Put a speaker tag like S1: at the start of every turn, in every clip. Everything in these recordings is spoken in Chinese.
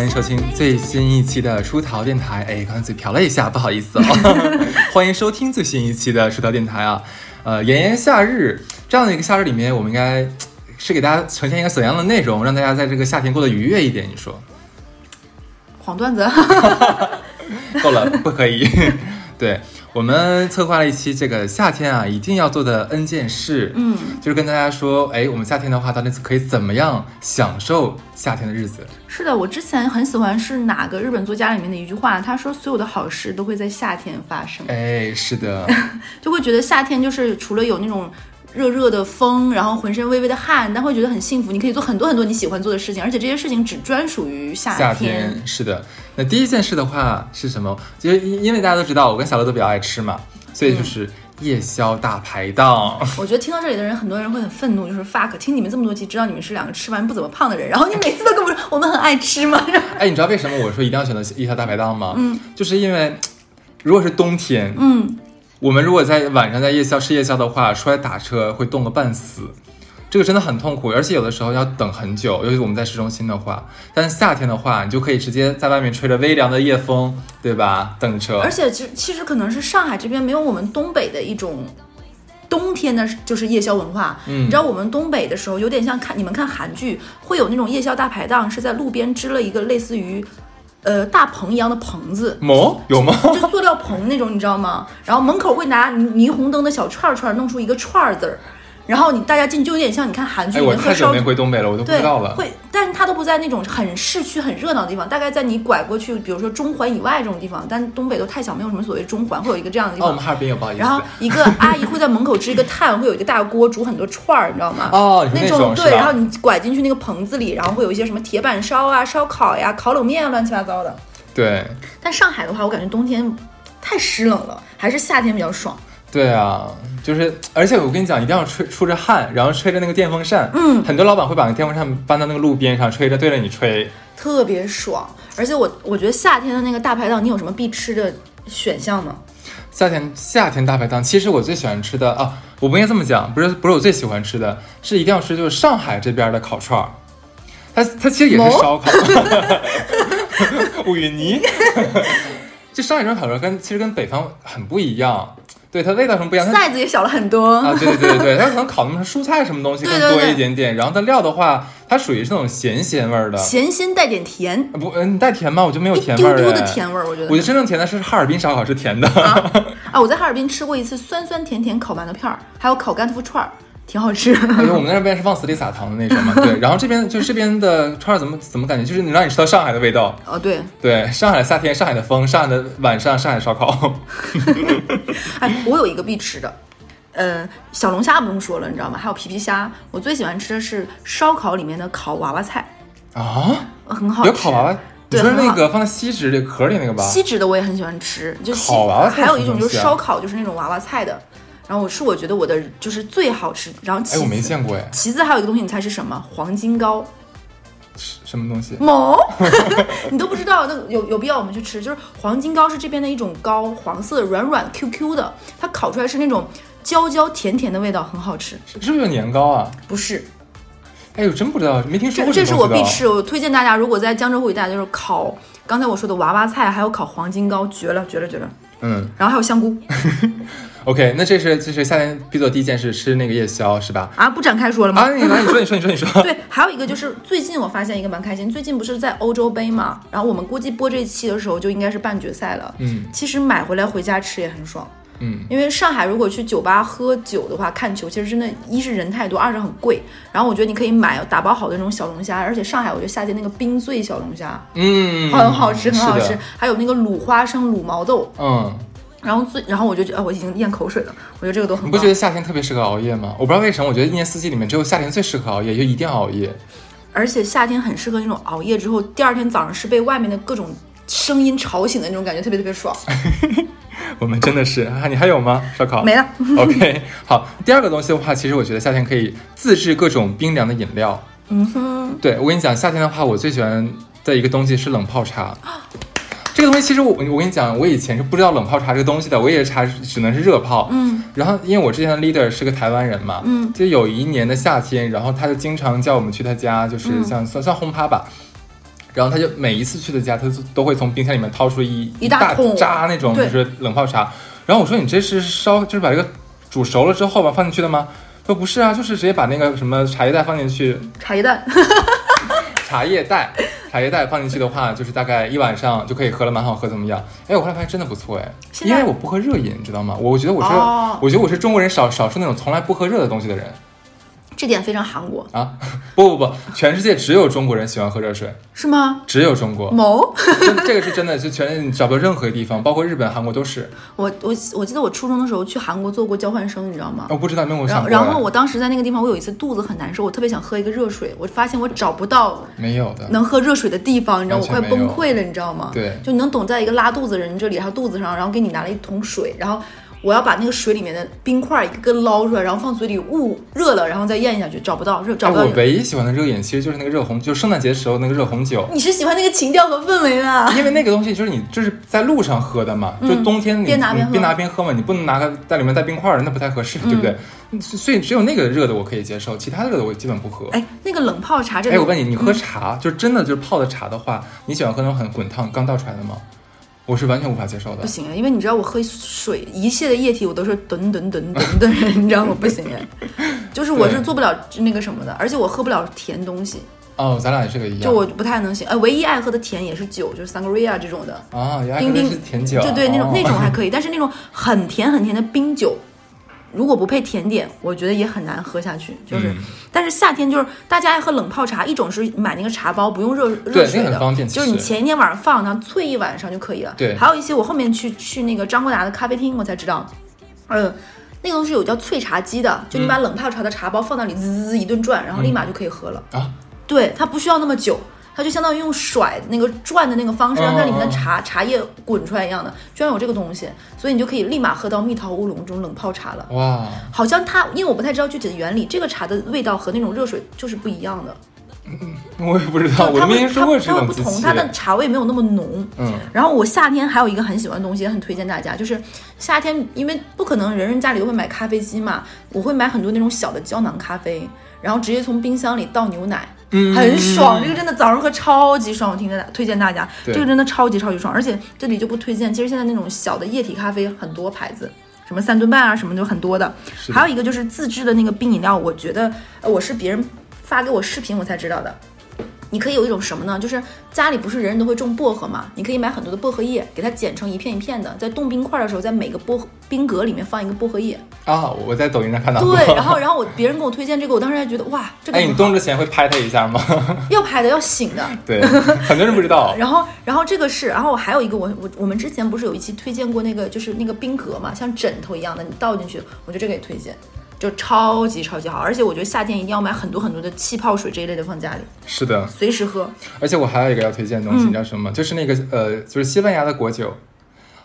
S1: 迎收听最新一期的出逃电台。哎，刚才嘴瓢了一下，不好意思哦。欢迎收听最新一期的出逃电台啊。呃，炎炎夏日这样的一个夏日里面，我们应该是给大家呈现一个怎样的内容，让大家在这个夏天过得愉悦一点？你说
S2: 黄段子，
S1: 够了，不可以。 对我们策划了一期这个夏天啊一定要做的 N 件事，
S2: 嗯，
S1: 就是跟大家说，哎，我们夏天的话到底可以怎么样享受夏天的日子？
S2: 是的，我之前很喜欢是哪个日本作家里面的一句话，他说所有的好事都会在夏天发生，
S1: 哎，是的，
S2: 就会觉得夏天就是除了有那种热热的风，然后浑身微微的汗，但会觉得很幸福，你可以做很多很多你喜欢做的事情，而且这些事情只专属于夏
S1: 夏是的。那第一件事的话是什么？就因因为大家都知道，我跟小乐都比较爱吃嘛，所以就是夜宵大排档。
S2: 我觉得听到这里的人，很多人会很愤怒，就是 fuck，听你们这么多集，知道你们是两个吃完不怎么胖的人，然后你每次都跟我说我们很爱吃 嘛，
S1: 哎，你知道为什么我说一定要选择夜宵大排档吗？嗯，就是因为如果是冬天，
S2: 嗯，
S1: 我们如果在晚上在夜宵吃夜宵的话，出来打车会冻个半死，这个真的很痛苦，而且有的时候要等很久，尤其我们在市中心的话。但是夏天的话，你就可以直接在外面吹着微凉的夜风，对吧？等车
S2: 而，且其其实可能是上海这边没有我们东北的一种冬天的，就是夜宵文化。
S1: 嗯
S2: 你知道我们东北的时候，有点像看你们看韩剧，会有那种夜宵大排档，是在路边支了一个类似于呃大棚一样的棚子。
S1: 某有吗？
S2: 就塑料棚那种，你知道吗？然后门口会拿霓霓虹灯的小串儿串儿弄出一个串儿字儿，然后你大家进去就有点像你看韩剧
S1: 哎，
S2: 里
S1: 我
S2: 面喝
S1: 太久
S2: 烧
S1: 没回东北了，我都不
S2: 对
S1: 知道，了。
S2: 会，但是它都不在那种很市区、很热闹的地方，大概在你拐过去，比如说中环以外这种地方。但东北都太小，没有什么所谓中环，会有一个这样的地
S1: 哦，我
S2: 方
S1: 们。哈尔滨有，不好意思
S2: 然。后一个阿姨会在门口支一个炭，会有一个大锅煮很多串儿，你知道吗？
S1: 哦，你
S2: 那
S1: 说种是
S2: 对，然后
S1: 吧？
S2: 你拐进去那个棚子里，然后会有一些什么铁板烧啊、烧烤呀、烤冷面啊，乱七八糟的。
S1: 对
S2: 但上海的话，我感觉冬天太湿冷了，还是夏天比较爽。
S1: 对啊，就是，而且我跟你讲，一定要吹出着汗，然后吹着那个电风扇。
S2: 嗯，
S1: 很多老板会把那电风扇搬到那个路边上，吹着对着你吹。
S2: 特别爽。而且我我觉得夏天的那个大排档，你有什么必吃的选项吗？
S1: 啊夏天夏天大排档，其实我最喜欢吃的啊，我不应该这么讲，不是不是我最喜欢吃的，是一定要吃就是上海这边的烤串儿，它它其实也是
S2: 某
S1: 烧烤，吴云妮， 就上海这种烤串儿跟其实跟北方很不一样，对它味道什么不一样，它
S2: size 也小了很多。
S1: 啊，对对对对对，它可能烤那么蔬菜什么东西更
S2: 对对
S1: 多
S2: 对
S1: 一点点，然后它料的话，它属于是那种咸咸味儿的，
S2: 咸鲜带点甜，
S1: 啊不，嗯，你带甜吗？我就没有
S2: 一
S1: 啊甜
S2: 丢
S1: 味儿，
S2: 丢的
S1: 哎。
S2: 甜味儿，我觉
S1: 我觉
S2: 得
S1: 得真正甜的是哈尔滨烧烤是甜的，
S2: 啊，我在哈尔滨吃过一次酸酸甜甜烤馒头片儿，还有烤干豆腐串儿， 挺好吃。
S1: 因为我们那边是往死里撒糖的那种嘛，对。然后这边就这边的串儿怎么怎么感觉，就是能让你吃到上海的味道，
S2: 哦，对，
S1: 对，上海的夏天，上海的风，上海的晚上，上海烧 烤。啊
S2: 哎，我有一个必吃的，呃，小龙虾不用说了，你知道吗？还有皮皮虾，我最喜欢吃的是烧烤里面的烤娃娃菜，
S1: 啊，
S2: 呃很好吃。
S1: 有烤娃娃，你
S2: 对
S1: 说是
S2: 很
S1: 那
S2: 好
S1: 个放在锡纸里壳里那个吧？
S2: 锡纸的我也很喜欢吃，就锡
S1: 烤娃娃菜
S2: 还有一种
S1: 什么东
S2: 就是
S1: 西啊
S2: 烧烤，就是那种娃娃菜的。然后我是我觉得我的就是最好吃，然后其
S1: 哎，
S2: 次
S1: 我没见过哎，
S2: 其次还有一个东西，你猜是什么？黄金糕。
S1: 是什么东西？
S2: 某， 你都不知道，那有有必要我们去吃？就是黄金糕是这边的一种糕，黄色的软软 Q Q 的，它烤出来是那种焦焦甜甜的味道，很好吃。
S1: 是是不是有年糕啊？
S2: 不是，
S1: 哎，我真不知道，没听说
S2: 这
S1: 过
S2: 这
S1: 个
S2: 是
S1: 东
S2: 我
S1: 西的哦
S2: 必吃，我推荐大家，如果在江浙沪一带，就是烤刚才我说的娃娃菜，还有烤黄金糕，绝了绝了绝了。
S1: 嗯
S2: 然后还有香菇
S1: ，OK，那这是这是夏天必做第一件事，吃那个夜宵是吧？
S2: 啊，不展开说了吗？
S1: 啊，你来，你说，你说，你说，你说。
S2: 对，还有一个就是最近我发现一个蛮开心，最近不是在欧洲杯嘛，然后我们估计播这一期的时候就应该是半决赛了。
S1: 嗯
S2: 其实买回来回家吃也很爽，
S1: 嗯，
S2: 因为上海如果去酒吧喝酒的话，看球其实真的，一是人太多，二是很贵。然后我觉得你可以买打包好的那种小龙虾，而且上海我觉得夏天那个冰醉小龙虾
S1: 嗯，
S2: 很好吃，很好
S1: 是
S2: 吃
S1: 的。，
S2: 还有那个卤花生、卤毛豆。
S1: 嗯，
S2: 然后最，然后我就觉得，啊我已经咽口水了。我觉得这个都很
S1: 你
S2: 棒。
S1: 不觉得夏天特别适合熬夜吗？我不知道为什么，我觉得一年四季里面只有夏天最适合熬夜，就一定要熬夜。
S2: 而且夏天很适合那种熬夜之后，第二天早上是被外面的各种声音吵醒的那种感觉，特别特 别爽。
S1: 我们真的是啊，你还有吗？烧烤
S2: 没了，
S1: OK，好。第二个东西的话，其实我觉得夏天可以自制各种冰凉的饮料。
S2: 嗯哼，
S1: 对我跟你讲，夏天的话，我最喜欢的一个东西是冷泡茶。这个东西其实我我跟你讲，我以前是不知道冷泡茶这个东西的，我也是茶只能是热泡。
S2: 嗯
S1: 然后因为我之前的 leader 是个台湾人嘛，
S2: 嗯，
S1: 就
S2: 嗯
S1: 有一年的夏天，然后他就经常叫我们去他家，就是像、算算轰趴吧。然后他就每一次去的家，他都都会从冰箱里面掏出一
S2: 一大桶
S1: 扎那种就
S2: 对
S1: 是冷泡茶。然后我说你这是烧，就是把这个煮熟了之后吧放进去的吗？他说不是啊，就是直接把那个什么茶叶蛋放进去，
S2: 茶叶蛋，
S1: 茶叶蛋，茶叶蛋放进去的话，就是大概一晚上就可以喝了，蛮好喝，怎么样？哎，我后来发现真的不错哎，
S2: 现
S1: 因
S2: 在
S1: 为我不喝热饮，你知道吗？我觉得我是，
S2: 哦
S1: 我觉得我是中国人少少数那种从来不喝热的东西的人
S2: 这点非常韩国，
S1: 啊！ 不不不，全世界只有中国人喜欢喝热水，
S2: 是吗？
S1: 只有中国，
S2: 某，
S1: 真这个是真的，就全你找不到任何地方，包括日本、韩国都是。
S2: 我我我记得我初中的时候去韩国做过交换生，你知道吗？
S1: 我不知道，没哦有我
S2: 然
S1: 想
S2: 后，
S1: 过
S2: 然后
S1: 哎
S2: 我当时在那个地方，我有一次肚子很难受，我特别想喝一个热水，我发现我找不到
S1: 没有的，
S2: 能喝热水的地方，你知道我
S1: 完全没
S2: 快
S1: 有
S2: 崩溃了，你知道吗？
S1: 对
S2: 就你能懂，在一个拉肚子的人这里，还有肚子上，然后给你拿了一桶水，然后我要把那个水里面的冰块一个个捞出来，然后放嘴里捂热了，然后再咽下去，找不到，热找
S1: 哎，
S2: 不到
S1: 我
S2: 有。
S1: 唯一喜欢的热饮其实就是那个热红，就是圣诞节时候那个热红酒。
S2: 你是喜欢那个情调和氛围 吧？
S1: 因为那个东西就是你就是在路上喝的嘛，就冬天你
S2: 嗯边拿边
S1: 你
S2: 喝嗯
S1: 边拿边喝嘛，你不能拿个在里面带冰块儿的，那不太合适，对不对？所所以只有那个热的我可以接受，其他的热的我基本不 喝。
S2: 哎，那个冷泡茶这
S1: 哎，
S2: 个，
S1: 我问你，你喝茶就是真的就是泡的茶的话，你喜欢喝那种很滚烫刚倒出来的吗？我是完全无法接受的
S2: 不。行啊，因为你知道我喝水一切的液体我都是吨吨吨吨吨， 你知道我不行啊，就是我是
S1: 对
S2: 做不了那个什么的，而且我喝不了甜东西，
S1: 哦，咱俩也是个一样。
S2: 就我不太能行。哎，唯一爱喝的甜也是酒，就是 sangria 这种的，
S1: 啊，原来
S2: 冰
S1: 真
S2: 冰
S1: 是甜酒啊，
S2: 对对，那种
S1: 哦
S2: 那种还可以，但是那种很甜很甜的冰酒，如果不配甜点，我觉得也很难喝下去。就是，
S1: 嗯
S2: 但是夏天就是大家爱喝冷泡茶，一种是买那个茶包不用热
S1: 对
S2: 热
S1: 那
S2: 水
S1: 个很
S2: 的，
S1: 方便其
S2: 就是你
S1: 实
S2: 前一天晚上放，然后萃一晚上就可以了。
S1: 对
S2: 还有一些我后面去去那个张国达的咖啡厅，我才知道，嗯。那个东西有叫萃茶机的，
S1: 嗯
S2: 就你把冷泡茶的茶包放那里，滋滋滋一顿转，然后立马就可以喝了。
S1: 啊，
S2: 对，它不需要那么久，它就相当于用甩那个转的那个方式，
S1: 哦
S2: 让它里面的茶茶叶滚出来一样的，居然有这个东西，所以你就可以立马喝到蜜桃乌龙这种冷泡茶了。
S1: 哇，
S2: 好像它，因为我不太知道具体的原理，这个茶的味道和那种热水就是不一样的，
S1: 我也不知道，哦
S2: 就
S1: 我都
S2: 它
S1: 没
S2: 会
S1: 听
S2: 它
S1: 说过这
S2: 它会
S1: 种
S2: 不
S1: 机
S2: 同，
S1: 器。
S2: 它的茶味没有那么浓。
S1: 嗯，
S2: 然后我夏天还有一个很喜欢的东西，也很推荐大家，就是夏天，因为不可能人人家里都会买咖啡机嘛，我会买很多那种小的胶囊咖啡，然后直接从冰箱里倒牛奶，
S1: 嗯
S2: 很爽，这个真的早上喝超级爽，我听着推荐大家，
S1: 对
S2: 这个真的超级超级爽，而且这里就不推荐，其实现在那种小的液体咖啡很多牌子。什么三顿半啊，什么就很多的，
S1: 是的
S2: 还有一个就是自制的那个冰饮料，我觉得呃我是别人发给我视频我才知道的，你可以有一种什么呢？就是家里不是人人都会种薄荷嘛？你可以买很多的薄荷叶，给它剪成一片一片的，在冻冰块的时候，在每个薄荷冰格里面放一个薄荷叶。
S1: 啊，我在抖音上看到过。
S2: 对，然后然后我别人给我推荐这个，我当时还觉得哇，这个
S1: 哎，你
S2: 很好
S1: 动之前会拍它一下吗？
S2: 要拍的要醒的。
S1: 对，很多人不知道。
S2: 然后，然后这个是，然后我还有一个，我我我们之前不是有一期推荐过那个，就是那个冰格嘛，像枕头一样的，你倒进去，我觉得这个也推荐，就超级超级好，而且我觉得夏天一定要买很多很多的气泡水这一类的放家里，
S1: 是的，
S2: 随时喝。
S1: 而且我还有一个要推荐的东西，你
S2: 嗯
S1: 知道什么吗？就是那个呃，就是西班牙的果酒，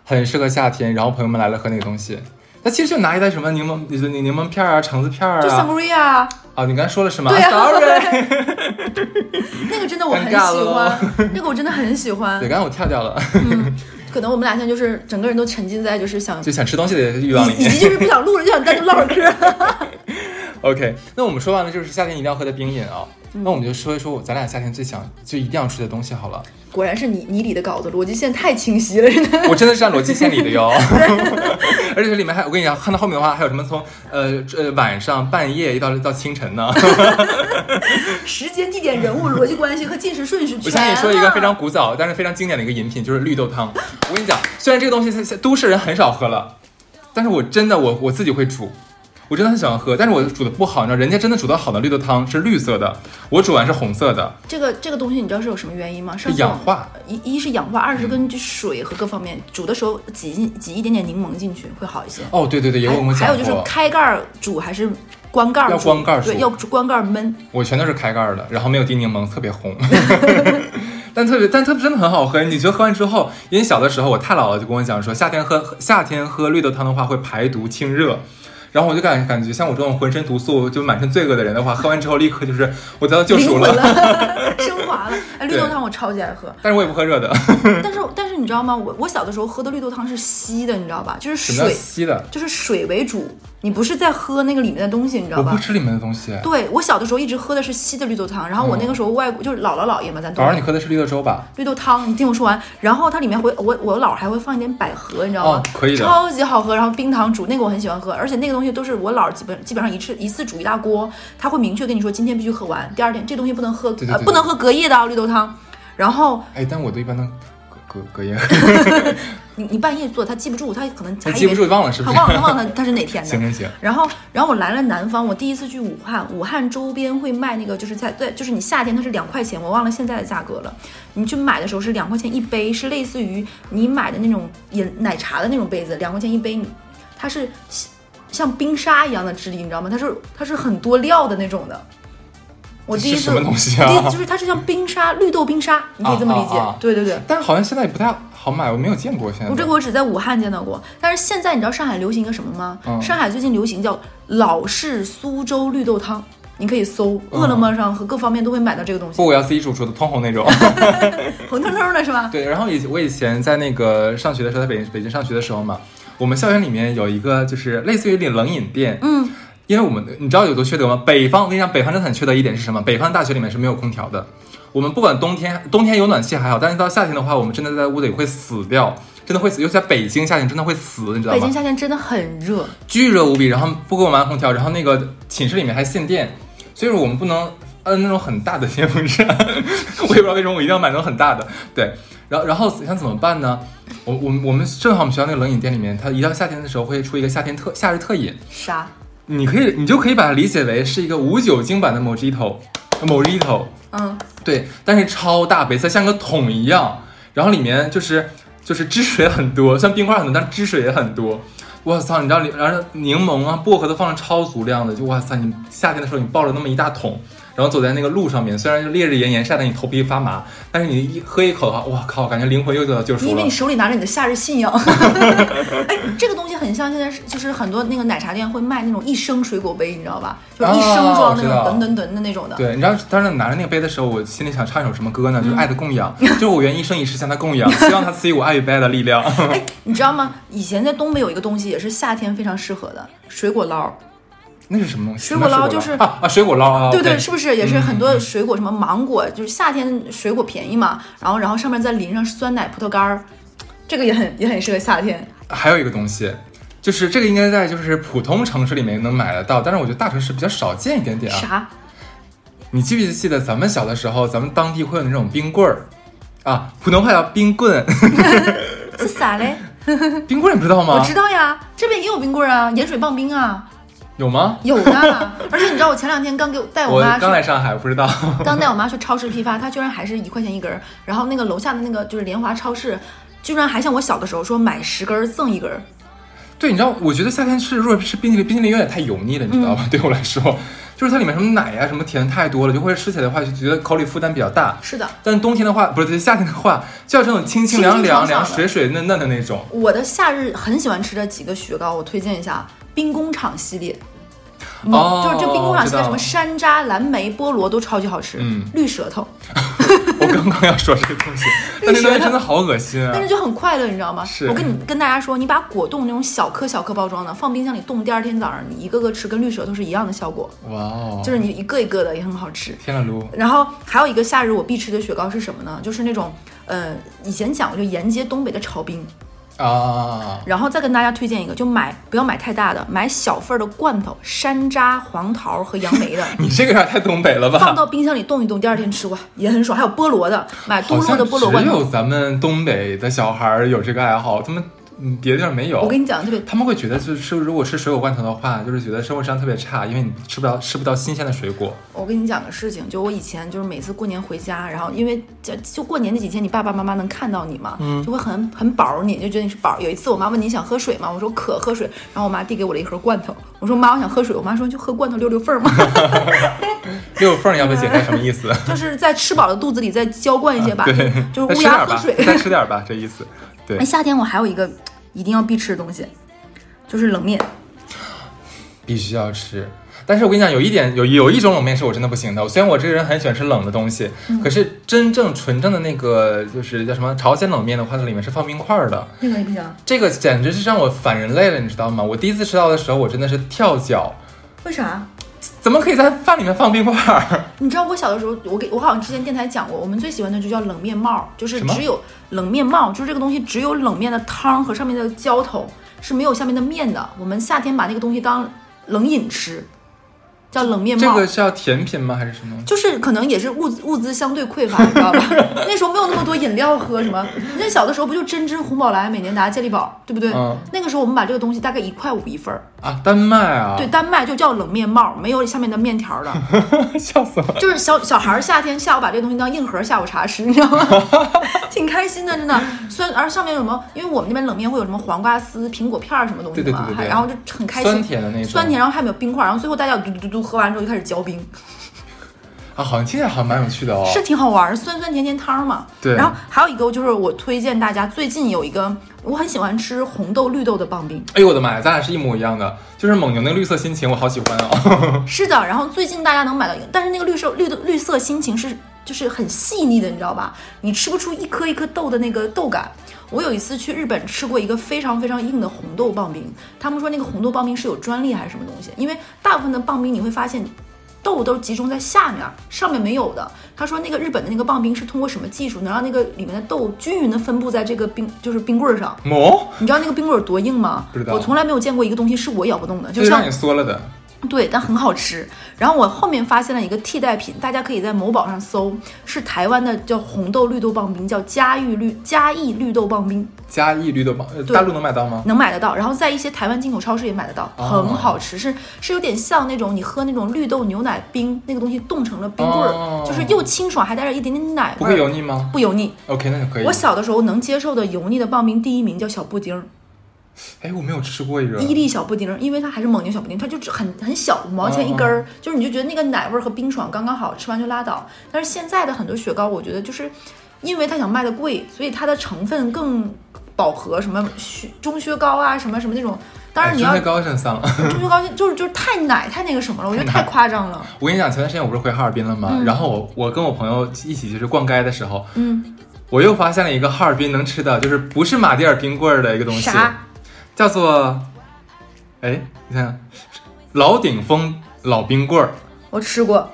S1: 很适合夏天。然后朋友们来了喝那个东西，那其实就拿一袋什么柠檬、柠柠柠檬片儿啊、橙子片儿
S2: 就
S1: 啊。
S2: sangria，
S1: 啊，你刚才说了什么、
S2: 对啊
S1: s o r r y
S2: 那个真的我很
S1: 尴尬
S2: 喜
S1: 了
S2: 欢，那个我真的很喜欢
S1: 对，。刚才我跳掉了，
S2: 可能我们俩现在就是整个人都沉浸在就是想，
S1: 就想吃东西的欲望里
S2: 以以
S1: 面。
S2: 及就是不想录了，就想在这唠会儿 嗑。
S1: OK，那我们说完了，就是夏天一定要喝的冰饮啊、
S2: 嗯
S1: 那我们就说一说我咱俩夏天最想就一定要吃的东西好了。
S2: 果然是你你理的稿子，逻辑线太清晰了，真的。
S1: 我真的是按逻辑线理的哟， 而且里面还我跟你讲，看到后面的话还有什么从呃呃晚上半夜一到到清晨呢？
S2: 时间、地点、人物、逻辑关系和进食顺序全。
S1: 我先给你说一个非常古早但是非常经典的一个饮品，就是绿豆汤。我跟你讲，虽然这个东西在在都市人很少喝了，但是我真的我我自己会煮，我真的很喜欢喝，但是我煮的不好，你知道，人家真的煮的好的绿豆汤是绿色的，我煮完是红色的，
S2: 这个这个东西，你知道是有什么原因吗？上次
S1: 氧化嗯
S2: 一一是氧化，二是根据水和各方面煮的时候挤进挤一点点柠檬进去会好一些。
S1: 哦，对对对，也有
S2: 还
S1: 跟我
S2: 还
S1: 讲
S2: 有就是
S1: 过，
S2: 开盖儿煮还是关盖儿煮？
S1: 要关盖儿煮
S2: 对，要关盖儿焖。
S1: 我全都是开盖儿的，然后没有滴柠檬，特别红。 但特别，但它真的很好喝。你觉得喝完之后，因为小的时候我太姥姥就跟我讲说，夏天喝夏天喝绿豆汤的话会排毒清热。然后我就感感觉像我这种浑身毒素就满身罪恶的人的话，喝完之后立刻就是我得到救
S2: 灵
S1: 赎
S2: 魂
S1: 了。
S2: 了，升华了。哎，绿豆
S1: 对
S2: 汤我超级爱喝，
S1: 但是我也不喝热的，
S2: 但是但是你知道吗？我我小的时候喝的绿豆汤是稀的，你知道吧？就是
S1: 什么叫
S2: 水，
S1: 稀的？
S2: 就是水为主，你不是在喝那个里面的东西，你知道
S1: 我不
S2: 吧？
S1: 吃里面的东西。
S2: 对我小的时候一直喝的是稀的绿豆汤，然后我那个时候外国、就是姥姥姥爷嘛，咱
S1: 嗯早
S2: 东
S1: 上
S2: 北
S1: 你喝的是绿豆粥吧？
S2: 绿豆汤，你听我说完。然后它里面会，我我姥儿还会放一点百合，你知道吗？
S1: 哦可以的
S2: 超级好喝。然后冰糖煮那个我很喜欢喝，而且那个东西都是我姥儿基本基本上一次一次煮一大锅，他会明确跟你说今天必须喝完，第二天这东西不能喝，
S1: 对对
S2: 呃
S1: 对
S2: 不能喝隔夜的哦绿豆汤。然后
S1: 哎，但我都一般都隔隔隔 夜，
S2: 你你半夜做，他记不住，他可能
S1: 他
S2: 还
S1: 记
S2: 以
S1: 不
S2: 为
S1: 住忘了是不
S2: 他
S1: 是？
S2: 忘了他忘了他是哪天的
S1: 行。行行，
S2: 然后，然后我来了南方，我第一次去武汉，武汉周边会卖那个，就是在对，就是你夏天它是两块钱，我忘了现在的价格了。你去买的时候是两块钱一杯，是类似于你买的那种饮奶茶的那种杯子，两块钱一杯，你它是像像冰沙一样的质地，你知道吗？它是它是很多料的那种的。我第一
S1: 这是
S2: 次，
S1: 什么东西
S2: 我
S1: 啊
S2: 第一次就是它是像冰沙，绿豆冰沙，你可以这么理解。
S1: 啊啊啊
S2: 对对对。
S1: 但是好像现在也不太好买，我没有见过现在。
S2: 我这个我只在武汉见到过，但是现在你知道上海流行一个什么吗？
S1: 嗯
S2: 上海最近流行叫老式苏州绿豆汤，你可以搜，饿了
S1: 嗯
S2: 么上和各方面都会买到这个东西
S1: 不，，我要自己煮出的通红那种。
S2: 红腾腾的是吧？
S1: 对，然后以我以前在那个上学的时候，在北京北京上学的时候嘛，我们校园里面有一个就是类似于冷饮店，
S2: 嗯，
S1: 因为我们你知道有多缺德吗？北方我跟你讲，北方真的很缺德一点是什么？北方大学里面是没有空调的。我们不管冬天，冬天有暖气还好，但是到夏天的话，我们真的在屋里会死掉，真的会死。尤其在北京夏天，真的会死，你知道
S2: 北京
S1: 吗？
S2: 夏天真的很热，
S1: 巨热无比，然后不给我们安空调，然后那个寝室里面还限电，所以说我们不能摁那种很大的电风扇。我也不知道为什么我一定要买那种很大的。对，然后然后想怎么办呢？我我们我们正好我们学校那个冷饮店里面，它一到夏天的时候会出一个夏天特夏日特饮，
S2: 啥？
S1: 你可以，你就可以把它理解为是一个无酒精版的 mojito，mojito，
S2: 嗯，
S1: 对，但是超大杯，它像个桶一样，然后里面就是就是汁水很多， 像冰块很多，但汁水也很多。我操，你知道里，然后柠檬啊、薄荷都放了超足量的，就哇塞，你夏天的时候你抱着那么一大桶，然后走在那个路上面，虽然就烈日炎炎晒得你头皮发麻，但是你一喝一口的话，哇靠，感觉灵魂又得到救
S2: 你以
S1: 赎
S2: 为
S1: 了
S2: 你。手里拿着你的夏日信仰？ 哎，这个东西很像现在是，就是很多那个奶茶店会卖那种一升水果杯，你知道吧？就是一升
S1: 哦
S2: 装那
S1: 知道
S2: 种吨吨吨的那种的。
S1: 对，你知道当时拿着那个杯的时候，我心里想唱一首什么歌呢？就是《爱的供养》， 就是我愿一生一世向他供养，希望他赐予我爱与被爱的力量。
S2: 哎，你知道吗？以前在东北有一个东西也是夏天非常适合的，水果捞。
S1: 那是什么东西？
S2: 水果捞
S1: 什么
S2: 就是
S1: 啊啊，水果捞啊，
S2: 对对，
S1: OK 嗯
S2: 是不是也是很多水果，什么芒果，就是夏天水果便宜嘛，然后然后上面再淋上酸奶、葡萄干儿，这个也很也很适合夏天。
S1: 还有一个东西，就是这个应该在就是普通城市里面能买得到，但是我觉得大城市比较少见一点点啊。
S2: 啥？
S1: 你记不记得咱们小的时候，咱们当地会有那种冰棍儿啊，普通话叫冰 棍，
S2: 是 啥嘞？
S1: 冰棍儿你不知道
S2: 我
S1: 吗
S2: 知？道呀，这边也有冰棍儿啊，盐水棒冰啊，
S1: 有吗？
S2: 有的。 而且你知道，我前两天刚给我带我
S1: 我
S2: 妈去
S1: 刚来上海，不知道。
S2: 刚带我妈去超市批发，她居然还是一块钱一根儿，然后那个楼下的那个就是联华超市，居然还像我小的时候说买十根儿赠一根儿。
S1: 对，你知道，我觉得夏天吃如果吃冰淇淋，冰淇淋有点太油腻了，你知道
S2: 嗯
S1: 吧？对我来说，就是它里面什么奶呀、什么甜太多了，就会吃起来的话就觉得口里负担比较大。
S2: 是的，
S1: 但是冬天的话，不是夏天的话，就要这种清清凉凉、
S2: 清清爽爽的
S1: 凉水水嫩嫩的那种。
S2: 我的夏日很喜欢吃的几个雪糕，我推荐一下冰工厂系列。嗯
S1: 哦
S2: 就是这冰工厂系
S1: 知
S2: 列，
S1: 道
S2: 什么山楂、蓝莓、菠萝都超级好吃。
S1: 嗯
S2: 绿舌头，
S1: 我刚刚要说这个 东西，但那东西真的好恶心啊
S2: 但！是就很快乐，你知道吗？
S1: 是
S2: 我跟你跟大家说，你把果冻那种小颗小颗包装的放冰箱里冻，第二天早上你一个个吃，跟绿舌头是一样的效果，
S1: 哇哦，
S2: 就是你一个一个的也很好吃。
S1: 天了噜，
S2: 然后还有一个夏日我必吃的雪糕是什么呢？就是那种，呃，以前讲过，就沿街东北的炒冰，
S1: 啊！，
S2: 然后再跟大家推荐一个，就买不要买太大的，买小份儿的罐头，山楂、黄桃和杨梅的
S1: 你这个有点太东北了
S2: 放
S1: 吧？
S2: 到冰箱里冻一冻，第二天吃哇也很爽。还有菠萝的，买多
S1: 好
S2: 肉
S1: 像
S2: 的菠萝罐
S1: 只有
S2: 头。
S1: 咱们东北的小孩儿有这个爱好，他们嗯别的地儿没有。
S2: 我跟你讲，特别
S1: 他们会觉得，就是吃如果吃水果罐头的话，就是觉得生活质量特别差，因为你吃不到吃不到新鲜的水果。
S2: 我跟你讲个事情，就我以前就是每次过年回家，然后因为就就过年那几天，你爸爸妈妈能看到你嘛，
S1: 嗯
S2: 就会很很饱你，就觉得你是饱。有一次我妈问你想喝水吗？我说渴，喝水。然后我妈递给我了一盒罐头，我说妈，我想喝水。我妈说就喝罐头溜溜缝儿嘛，
S1: 六缝儿，你要不要解 开什么意思？
S2: 就是在吃饱了肚子里再浇灌一些 吧，
S1: 对，
S2: 就
S1: 再
S2: 是乌
S1: 吃点
S2: 鸦
S1: 儿
S2: 喝
S1: 吧
S2: 水，。
S1: 再吃点儿吧，这意思。对
S2: 哎，，夏天我还有一个一定要必吃的东西，就是冷面。
S1: 必须要吃。但是我跟你讲，有一点有有一种冷面是我真的不行的。虽然我这个人很喜欢吃冷的东西，
S2: 嗯
S1: 可是真正纯正的那个就是叫什么朝鲜冷面的话，它里面是放冰块儿的，
S2: 那个也不行，
S1: 这个简直是让我反人类了，你知道吗？我第一次吃到的时候，我真的是跳脚，
S2: 为啥？
S1: 怎么可以在饭里面放冰块 儿？
S2: 你知道我小的时候，我给我好像之前电台讲过，我们最喜欢的就叫冷面帽，就是
S1: 什么
S2: 只有冷面帽，就是这个东西只有冷面的汤和上面的浇头是没有下面的面的。我们夏天把那个东西当冷饮吃，叫冷面
S1: 这
S2: 帽。
S1: 个是要甜品吗？还是什么？
S2: 就是可能也是物资物资相对匮乏，你知 道吧？那时候没有那么多饮料喝，什么？那小的时候不就针织、红宝来、美年达、健力宝，对不对？
S1: 嗯
S2: 那个时候我们把这个东西大概一块五一份儿，
S1: 啊，丹麦啊，
S2: 对，，丹麦就叫冷面帽，没有下面的面条的。
S1: 笑死我！
S2: 就是小小孩儿夏天下午把这东西当硬核下午茶吃，你知道吗？ 挺开心的，真的。虽然而上面有什么，因为我们那边冷面会有什么黄瓜丝、苹果片儿什么东
S1: 对
S2: 西
S1: 对
S2: 嘛，
S1: 对对
S2: 还
S1: 对
S2: 然后就很开心，
S1: 酸甜的那种
S2: 酸甜，然后还没有冰块儿，然后最后大家嘟嘟嘟嘟喝完之后就开始嚼冰，
S1: 啊，好像听起来好像蛮有趣的哦。
S2: 是挺好玩儿，酸酸甜甜汤儿嘛。
S1: 对
S2: 然后还有一个就是我推荐大家，最近有一个我很喜欢吃红豆绿豆的棒冰，
S1: 哎呦我的妈呀，咱俩是一模一样的，就是蒙牛那绿色心情，我好喜欢哦。
S2: 是的，然后最近大家能买到一个，但是那个绿色绿的绿色心情是就是很细腻的，你知道吧？你吃不出一颗一颗豆的那个豆感。我有一次去日本吃过一个非常非常硬的红豆棒冰，他们说那个红豆棒冰是有专利还是什么东西，因为大部分的棒冰你会发现。豆都集中在下面，上面没有的。他说那个日本的那个棒冰是通过什么技术能让那个里面的豆均匀的分布在这个冰就是冰棍儿上？
S1: 馍，
S2: 你知道那个冰棍儿有多硬吗？
S1: 不知道
S2: 我从来没有见过一个东西是我咬不动的，
S1: 就
S2: 就是像
S1: 让你缩了的。
S2: 对，但很好吃。然后我后面发现了一个替代品，大家可以在某宝上搜，是台湾的叫红豆绿豆棒冰，叫嘉裕绿嘉义绿豆棒冰，
S1: 嘉义绿豆棒，呃
S2: 对
S1: 大陆能买到吗？
S2: 能买得到。然后在一些台湾进口超市也买得到，
S1: 哦
S2: 很好吃，是是有点像那种你喝那种绿豆牛奶冰，那个东西冻成了冰棍儿，
S1: 哦
S2: 就是又清爽还带着一点点奶
S1: 不
S2: 味儿，
S1: 会油腻吗
S2: 不油腻。
S1: ？OK，那就可以
S2: 我。小的时候能接受的油腻的棒冰，第一名叫小布丁儿，
S1: 哎，我没有吃过一个。
S2: 伊利小布丁儿，因为它还是蒙牛小布丁，它就只很很小，五毛钱一根
S1: 嗯
S2: 儿，就是你就觉得那个奶味儿和冰爽刚刚好，吃完就拉倒。但是现在的很多雪糕，我觉得就是因为它想卖的贵，所以它的成分更饱和，什么雪中薛高啊，什么什么那种。当然你要
S1: 哎真的高升三了。
S2: 中薛高就是就是太奶太那个什么了，我觉得太夸张了。
S1: 我跟你讲，前段时间我不是回哈尔滨了吗？然后我我跟我朋友一起就是逛街的时候，
S2: 嗯，
S1: 我又发现了一个哈尔滨能吃的，就是不是马迭尔冰棍儿的一个东西，
S2: 啥？
S1: 叫做，哎，你看，老鼎峰老冰棍儿。
S2: 我吃过，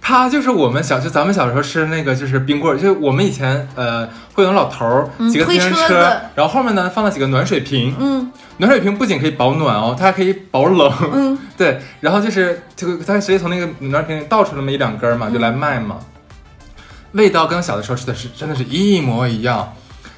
S1: 它就是我们小，就咱们小时候吃的那个，就是冰棍儿，就是我们以前呃会有老头儿
S2: 嗯
S1: 几个自行
S2: 推
S1: 车，
S2: 车子
S1: 然后后面呢放了几个暖水瓶，
S2: 嗯
S1: 暖水瓶不仅可以保暖哦，它还可以保冷，
S2: 嗯，
S1: 对，然后就是这个它直接从那个暖水瓶里倒出那么一两根
S2: 嗯
S1: 儿嘛，就来卖嘛，味道跟小的时候吃的是真的是一模一样。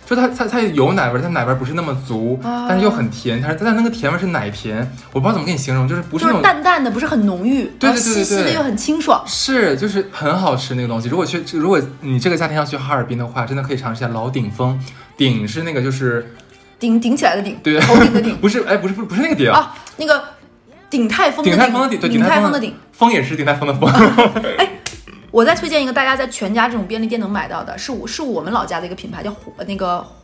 S1: 就它它它有奶味儿，它奶味儿不是那么足，
S2: 啊
S1: 但是又很甜，它是但那个甜味儿是奶甜，我不知道怎么跟你形容，就是不是那
S2: 就是
S1: 种
S2: 淡淡的，不是很浓郁，
S1: 对对对
S2: 然后稀稀的
S1: 对
S2: 又很清爽。
S1: 是，就是很好吃那个东西。如果去，如果你这个夏天要去哈尔滨的话，真的可以尝试一下老鼎峰。鼎是那个，就是
S2: 顶顶起来的顶，
S1: 对
S2: 头顶的顶
S1: 不是，哎，不是，不是，不是那个鼎，
S2: 啊，那个鼎泰丰的
S1: 鼎泰丰的鼎，对，
S2: 鼎泰
S1: 丰
S2: 丰的鼎。，
S1: 风也是鼎泰丰的 风。
S2: 我再推荐一个大家在全家这种便利店能买到的，是我是我们老家的一个品牌，叫红那个红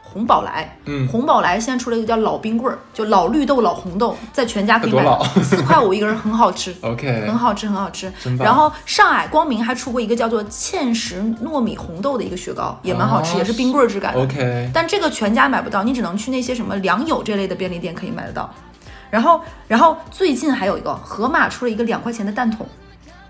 S2: 红宝来。
S1: 嗯
S2: 红宝来现在出了一个叫老冰棍儿，就老绿豆、老红豆，在全家可以
S1: 多
S2: 买
S1: 老
S2: 到，四块五一根儿，很 好吃。
S1: OK，
S2: 很好吃，很好吃
S1: 真。棒
S2: 然后上海光明还出过一个叫做芡实糯米红豆的一个雪糕，也蛮好吃，
S1: 啊
S2: 也是冰棍儿质感的。
S1: OK，
S2: 但这个全家买不到，你只能去那些什么良友这类的便利店可以买得到。然后，然后最近还有一个盒马出了一个两块钱的蛋筒，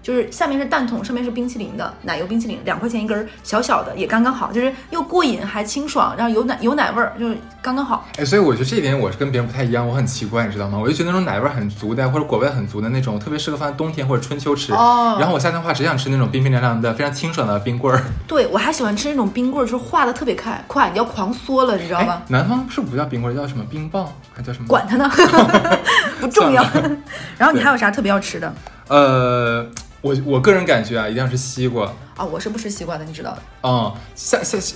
S2: 就是下面是蛋筒，上面是冰淇淋的奶油冰淇淋，两块钱一根儿，小小的也刚刚好，就是又过瘾还清爽，然后有奶有奶味儿，就是刚刚好。
S1: 哎，所以我觉得这一点我是跟别人不太一样，我很奇怪，你知道吗？我就觉得那种奶味儿很足的，或者果味很足的那种，特别适合放在冬天或者春秋吃。
S2: 哦
S1: 然后我夏天的话，只想吃那种冰冰凉凉的、非常清爽的冰棍儿。
S2: 对我还喜欢吃那种冰棍儿，就是化的特别快，快你要狂缩了，你知道吗
S1: 哎？，南方是不叫冰棍儿，叫什么冰棒，还叫什么？
S2: 管它呢， 不重要。然后你还有啥特别要吃的
S1: 呃，我我个人感觉啊，一定要吃西瓜。
S2: 啊、我是不吃西瓜的，你知道的。
S1: 嗯，下下西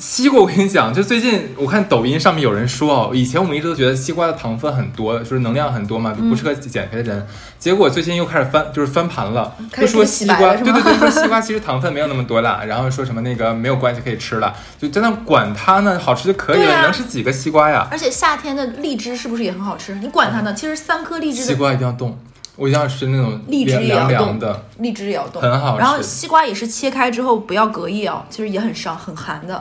S1: 西瓜，我跟你讲，就最近我看抖音上面有人说哦，以前我们一直都觉得西瓜的糖分很多，就是能量很多嘛，就不适合减肥的人。结果最近又开始翻，就是翻盘了，
S2: 开
S1: 就
S2: 始
S1: 说
S2: 洗
S1: 西
S2: 白
S1: 瓜，
S2: 了
S1: 对
S2: 是吗
S1: 对对，说西瓜其实糖分没有那么多啦，然后说什么那个没有关系可以吃了，就真的管它呢，好吃就可以
S2: 对
S1: 了，
S2: 啊
S1: 你能吃几个西瓜呀？
S2: 而且夏天的荔枝是不是也很好吃？你管它呢，其实三颗荔
S1: 嗯
S2: 枝
S1: 西
S2: 的
S1: 瓜一定要冻，我一定要吃那种
S2: 荔枝
S1: 凉
S2: 也要
S1: 凉
S2: 冻
S1: 凉的，
S2: 荔枝也要冻，
S1: 很好吃
S2: 然后西瓜也是切开之后不要隔夜啊，其实也很伤，很寒的。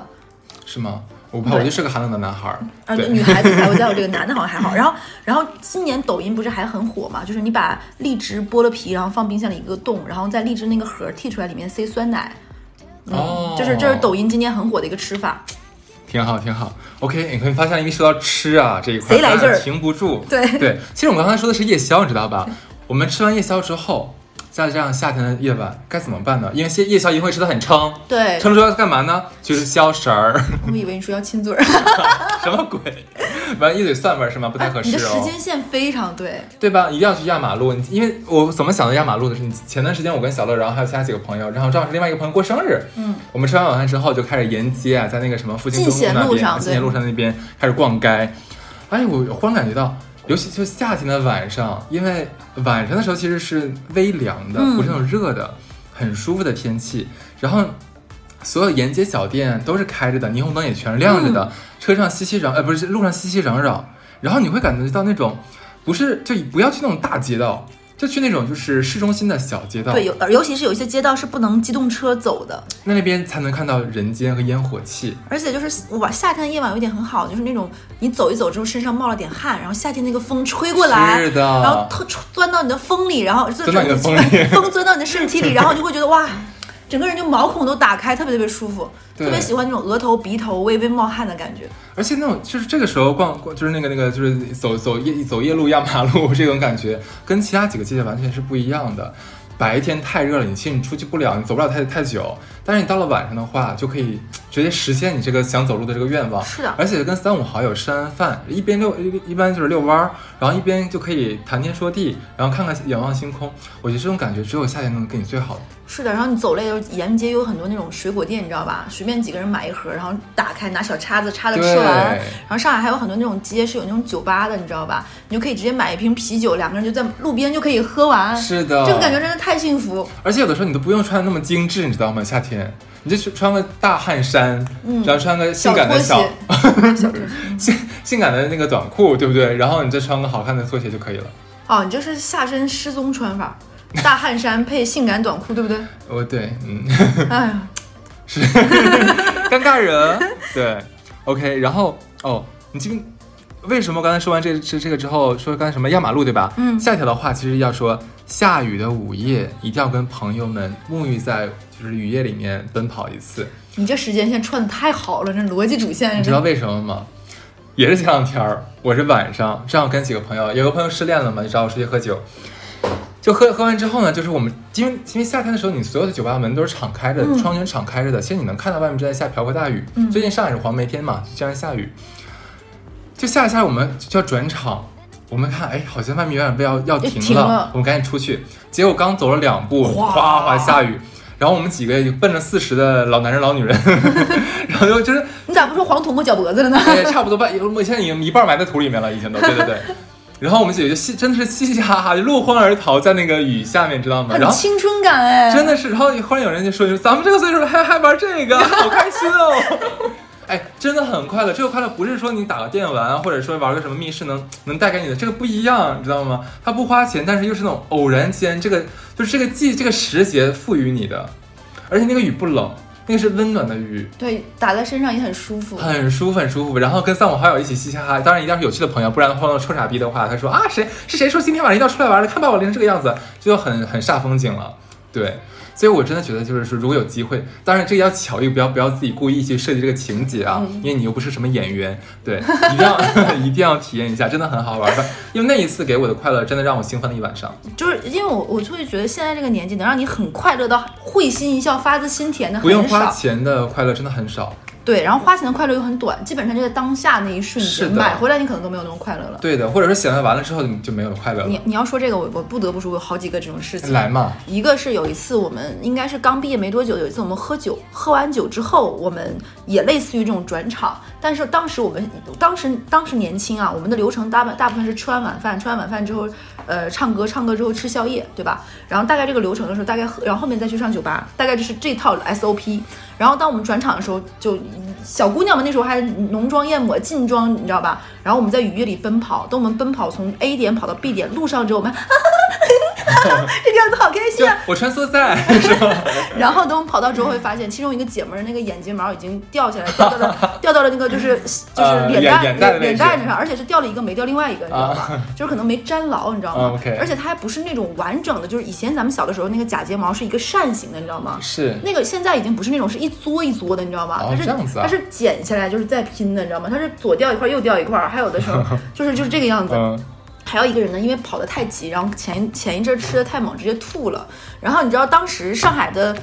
S1: 是吗？我怕
S2: 对
S1: 我就是个寒冷的男孩儿。
S2: 啊，
S1: 对，
S2: 女孩子才会在乎这个，男的好像还好。然后，然后今年抖音不是还很火嘛？就是你把荔枝剥了皮，然后放冰箱里一个冻，然后在荔枝那个核儿剔出来，里面塞酸奶。嗯，
S1: 哦
S2: 就是这是抖音今年很火的一个吃法。
S1: 挺好，挺好。OK，你会发现，一说到吃啊这一块，
S2: 贼来劲儿
S1: 咱俩停不住。
S2: 对
S1: 对，其实我们刚才说的是夜宵，你知道吧？我们吃完夜宵之后，在这样夏天的夜晚该怎么办呢？因为夜夜宵一定会吃的很撑，
S2: 对，
S1: 撑之后要干嘛呢？就是消食儿，
S2: 我以为你说要亲嘴儿，
S1: 什么鬼？ 完一嘴蒜味儿是吗？不太合
S2: 你
S1: 适
S2: 的
S1: 哦。
S2: 时间线非常对。
S1: 对吧？一定要去压马路。你因为我怎么想到压马路的是，你前段时间我跟小乐，然后还有其他几个朋友，然后正好是另外一个朋友过生日，
S2: 嗯，
S1: 我们吃完晚饭之后就开始沿街啊，在那个什么附近
S2: 进
S1: 中路
S2: 贤
S1: 那
S2: 路
S1: 边，
S2: 上
S1: 进贤
S2: 对
S1: 路上那边开始逛街。哎，我忽然感觉到，尤其就夏天的晚上，因为晚上的时候其实是微凉的，
S2: 嗯
S1: 不是那种热的，很舒服的天气。然后所有沿街小店都是开着的，霓虹灯也全是亮着
S2: 嗯
S1: 的，车上熙熙攘，呃，不是路上熙熙攘攘。然后你会感觉到那种，不是就不要去那种大街道，就去那种就是市中心的小街道，
S2: 对，有尤其是有一些街道是不能机动车走的，
S1: 那那边才能看到人间和烟火气。
S2: 而且就是晚夏天的夜晚有一点很好，就是那种你走一走之后身上冒了点汗，然后夏天那个风吹过来，
S1: 是的
S2: 然后特钻到你的风里，然后钻
S1: 钻到你的风里
S2: 风钻到你的身体里，然后你就会觉得哇，整个人就毛孔都打开，特别特别舒服，
S1: 对
S2: 特别喜欢那种额头、鼻头微微冒汗的感觉。
S1: 而且那种就是这个时候逛，逛就是那个那个就是走走夜走夜路压马路这种感觉，跟其他几个季节完全是不一样的。白天太热了，你其实你出去不了，你走不了太太久。但是你到了晚上的话，就可以直接实现你这个想走路的这个愿望。
S2: 是的
S1: 而且跟三五好友吃完饭，一边遛一一般就是遛弯儿，然后一边就可以谈天说地，然后看看仰望星空。我觉得这种感觉只有夏天能给你最好的。
S2: 是的，然后你走累了，沿街有很多那种水果店，你知道吧？随便几个人买一盒，然后打开拿小叉子叉着吃完。
S1: 对
S2: 然后上海还有很多那种街是有那种酒吧的，你知道吧？你就可以直接买一瓶啤酒，两个人就在路边就可以喝完。
S1: 是的，
S2: 啊这种感觉真的太幸福。
S1: 而且有的时候你都不用穿得那么精致，你知道吗？夏天你就穿个大汗衫，
S2: 嗯
S1: 然后穿个性感的
S2: 小
S1: 小
S2: 拖鞋，哎小拖鞋。
S1: 性性感的那个短裤，对不对？然后你再穿个好看的拖鞋就可以了。
S2: 哦，你这是下身失踪穿法，大汗衫配性感短裤，对不对？
S1: 哦，对，嗯，
S2: 哎呀，
S1: 尴尬人，对，OK。然后哦，你这个为什么刚才说完这这这个之后，说刚才什么压马路对吧？
S2: 嗯
S1: 下一条的话其实要说，下雨的午夜一定要跟朋友们沐浴在就是雨夜里面奔跑一次。
S2: 你这时间线串的太好了，这逻辑主线
S1: 你知道为什么吗？也是前两天儿，我是晚上正好跟几个朋友，有个朋友失恋了嘛，就找我出去喝酒。就喝喝完之后呢，就是我们因为因为夏天的时候，你所有的酒吧门都是敞开的，
S2: 嗯
S1: 窗帘敞开着的，其实你能看到外面正在下瓢泼大雨。
S2: 嗯
S1: 最近上海是黄梅天嘛，经常下雨，就下着下着我们就要转场，我们看哎，好像外面有点要要
S2: 也
S1: 停
S2: 停了
S1: 我们赶紧出去。结果刚走了两步，
S2: 哗
S1: 哗哗下雨，然后我们几个奔着四十的老男人老女人， 然后就就是
S2: 你咋不说黄土摸脚脖子 了呢？
S1: 对，差不多半，我现在已经一半埋在土里面了，已经都，对对对。然后我们姐姐就嘻，真的是嘻嘻哈哈，就落荒而逃，在那个雨下面，知道吗？然
S2: 很
S1: 后
S2: 青春感哎，
S1: 真的是，然后忽然有人就说：“咱们这个岁数了还还玩这个，好开心哦！”哎，真的很快乐。这个快乐不是说你打个电玩，或者说玩个什么密室能能带给你的，这个不一样，你知道吗？它不花钱，但是又是那种偶然间，这个就是这个季这个时节赋予你的，而且那个雨不冷，那个是温暖的雨。
S2: 对，打在身上也很舒服。
S1: 很舒服，很舒服。然后跟三五好友一起嘻嘻哈哈，当然一定要是有趣的朋友，不然的话臭傻逼的话，他说啊谁是谁说今天晚上一定要出来玩的，看把我淋成这个样子，这就很很煞风景了。对，所以我真的觉得就是说，如果有机会，当然这个要巧遇，不要不要自己故意去设计这个情节啊，
S2: 嗯
S1: 因为你又不是什么演员，对， 一定要一定要体验一下，真的很好玩的。因为那一次给我的快乐，真的让我兴奋了一晚上。
S2: 就是因为我我就会觉得现在这个年纪能让你很快乐到会心一笑、发自心田的
S1: 不用
S2: 很
S1: 花
S2: 少。
S1: 钱的快乐真的很少。
S2: 对，然后花钱的快乐又很短，基本上就在当下那一瞬
S1: 是
S2: 间，
S1: 的
S2: 买回来你可能都没有那么快乐了。
S1: 对的，或者说显摆完了之后你就没有快乐
S2: 你
S1: 了。
S2: 你要说这个，我我不得不说，我有好几个这种事情。
S1: 来嘛，
S2: 一个是有一次我们应该是刚毕业没多久，有一次我们喝酒，喝完酒之后，我们也类似于这种转场，但是当时我们当时当时年轻啊，我们的流程大半大部分是吃完晚饭，吃完晚饭之后，呃，唱歌，唱歌之后吃宵夜，对吧？然后大概这个流程的时候，大概喝然后后面再去上酒吧，大概就是这套 SOP。然后当我们转场的时候，就小姑娘们那时候还浓妆艳抹、劲装，你知道吧？然后我们在雨夜里奔跑，等我们奔跑从 A 点跑到 B 点，路上之后我们啊这条子好开
S1: 就
S2: 心啊！
S1: 我穿梭在 是吧？
S2: 然后等我跑到之后，会发现其中一个姐们儿那个眼睫毛已经掉下来，掉到 了掉到了那个就是就是
S1: 呃
S2: 脸
S1: 眼
S2: 蛋
S1: 眼蛋的位置
S2: 脸蛋上，而且是掉了一个没掉另外一个，你知道吧？就是可能没粘牢，你知道
S1: 啊
S2: 吗
S1: ，OK？
S2: 而且它还不是那种完整的，就是以前咱们小的时候那个假睫毛是一个扇形的，你知道吗？
S1: 是
S2: 那个现在已经不是那种是一撮一撮的，你知道吗？
S1: 哦
S2: 它是
S1: 这样子啊
S2: 它是剪下来就是再拼的，你知道吗？它是左掉一块儿右掉一块儿，还有的时候 就是就是这个样子。
S1: 嗯，
S2: 还有一个人呢，因为跑得太急，然后前前一阵吃的太猛，直接吐了。然后你知道当时上海的，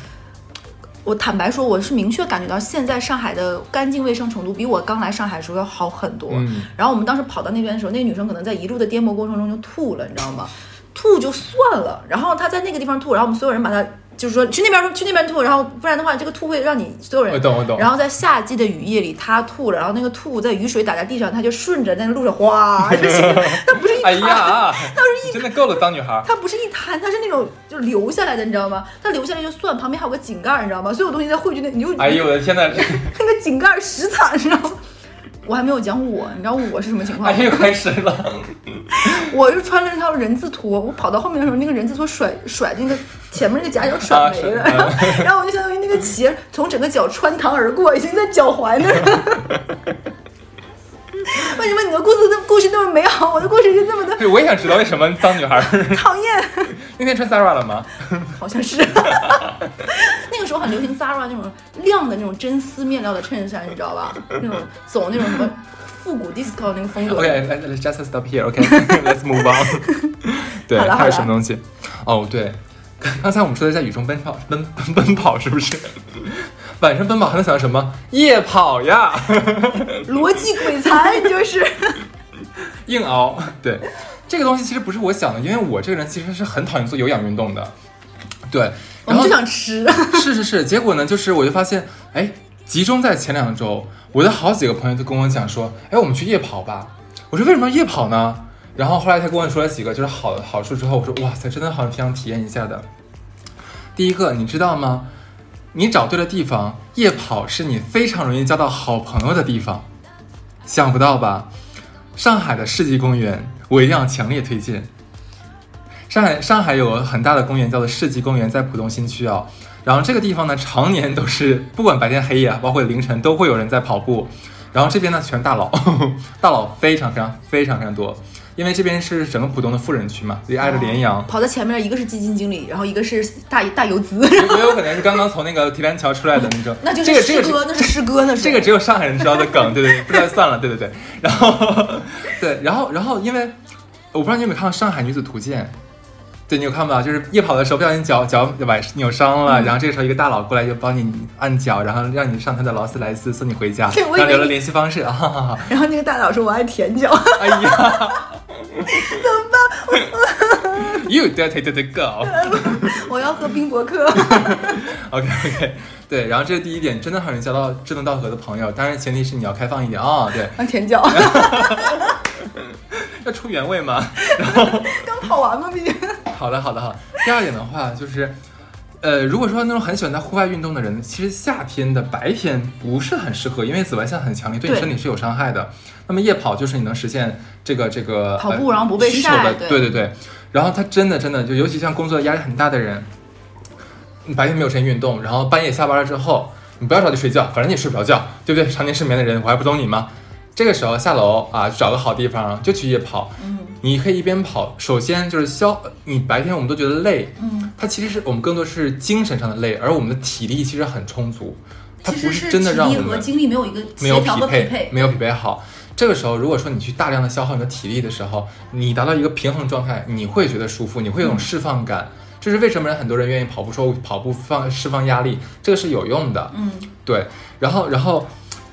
S2: 我坦白说，我是明确感觉到现在上海的干净卫生程度比我刚来上海的时候要好很多。
S1: 嗯
S2: 然后我们当时跑到那边的时候，那个女生可能在一路的颠簸过程中就吐了，你知道吗？吐就算了，然后她在那个地方吐，然后我们所有人把她就是说去那边吐，去那边吐，然后不然的话，这个吐会让你所有人
S1: 我懂我懂
S2: 然后在夏季的雨夜里，他吐了，然后那个吐在雨水打在地上，他就顺着在那路上哗，就是 它不是一
S1: 哎
S2: 滩，
S1: 呀，
S2: 它是一
S1: 真的够了，脏女 孩。
S2: 它不是一滩，它是那种就流下来的，你知道吗？它流下来就算，旁边还有个井盖，你知道吗？所有东西在汇聚那，你就
S1: 哎呦我的 天呐，
S2: 那个井盖石惨，你知道吗？我还没有讲我，你知道我是什么情况
S1: 哎
S2: 吗？
S1: 又开始了，
S2: 我就穿了一条人字拖，我跑到后面的时候，那个人字拖甩甩那个前面那个夹脚甩没了，
S1: 啊是
S2: 然后 然后我就相当于那个鞋从整个脚穿堂而过，已经在脚踝那儿 了。为什么你的故事的故事那么美好，我的故事就这么的
S1: 对，我也想知道为什么脏女孩
S2: 讨厌？
S1: 那天穿 Zara 了 吗？
S2: 好像是，那个时候很流行 Zara 那种亮的那种真丝面料的衬衫，你知道吧？那种走那种什么复古 disco 那个风 格。
S1: OK, let's let's just stop here. OK, let's move on. 对，
S2: 好了
S1: 还
S2: 好
S1: 有
S2: 了
S1: 什么东西？哦，对，刚才我们说的在雨中奔跑，奔奔奔跑是不是？ 晚上奔跑还能想到什么？夜跑呀，
S2: 逻辑鬼才，你就是。
S1: 硬熬。对，这个东西其实不是我想的，因为我这个人其实是很讨厌做有氧运动的。对，
S2: 我
S1: 然
S2: 们
S1: 后
S2: 就想吃，
S1: 是是是，结果呢，就是我就发现，哎，集中在前两周，我的好几个朋友都跟我讲说，哎，我们去夜跑吧。我说为什么要夜跑呢？然后后来他跟我说了几个就是好好处之后，我说哇塞，真的好想体验一下的。第一个，你知道吗？你找对了地方，夜跑是你非常容易交到好朋友的地方。想不到吧？上海的世纪公园，我一定要强烈推荐。上海上海有很大的公园叫做世纪公园，在浦东新区啊。然后这个地方呢，常年都是不管白天黑夜，啊，包括凌晨，都会有人在跑步。然后这边呢，全是大佬， 大佬非常非常非常非常多，因为这边是整个浦东的富人区嘛，所以挨着联阳，
S2: 跑在前面，一个是基金经理，然后一个是大大游资，，
S1: 也也有可能是刚刚从那个提篮桥出来的那种
S2: 那就
S1: 这个
S2: 是
S1: 这
S2: 师
S1: 个是
S2: 哥，那是师哥，那是
S1: 这个只有上海人知道的梗，对对对，不知道就算了，对对对。然后对，然后然后因为我不知道你有没有看到《上海女子图鉴》。对，你有看吧？就是夜跑的时候不小心脚脚崴扭伤
S2: 嗯
S1: 了，然后这个时候一个大佬过来就帮你按脚，然后让你上他的劳斯莱斯送你回家，
S2: 对
S1: 然
S2: 我以为
S1: 后留了
S2: 你
S1: 联系方式啊！ 哈哈哈
S2: 然后那个大佬说：“我爱舔脚。
S1: 哎 呀，怎么办 ？You dirty dirty girl。”
S2: 我要喝冰博客。
S1: OK OK，对，然后这是第一点，真的很容易交到志同道合的朋友，当然前提是你要开放一点啊、对，
S2: 啊，舔脚，
S1: 要出原味嘛。
S2: 刚跑完嘛，毕竟。
S1: 好的，好的，好。第二点的话就是，呃，如果说那种很喜欢在户外运动的人，其实夏天的白天不是很适合，因为紫外线很强烈，对你
S2: 对
S1: 身体是有伤害的。那么夜跑就是你能实现这个这个
S2: 跑
S1: 呃
S2: 步然后不被
S1: 需求
S2: 晒
S1: 的
S2: 对
S1: 对对对。然后他真的真的就，尤其像工作压力很大的人，你白天没有时间运动，然后半夜下班了之后，你不要着急睡觉，反正你也睡不着觉，对不对？常年失眠的人，我还不懂你吗？这个时候下楼啊，找个好地方就去夜跑。
S2: 嗯
S1: 你可以一边跑，首先就是消，你白天我们都觉得累，
S2: 嗯，
S1: 它其实是我们更多是精神上的累，而我们的体力其实很充足，它
S2: 其
S1: 不
S2: 实
S1: 是
S2: 是
S1: 真的让
S2: 体
S1: 我
S2: 力和
S1: 们
S2: 精力没有一个
S1: 没有
S2: 协调和匹
S1: 配，没有匹配好。这个时候，如果说你去大量的消耗你的体力的时候，你达到一个平衡状态，你会觉得舒服，你会
S2: 嗯
S1: 有一种释放感。这是为什么人很多人愿意跑步，说跑步放释放压力，这个是有用的。
S2: 嗯，
S1: 对，然后然后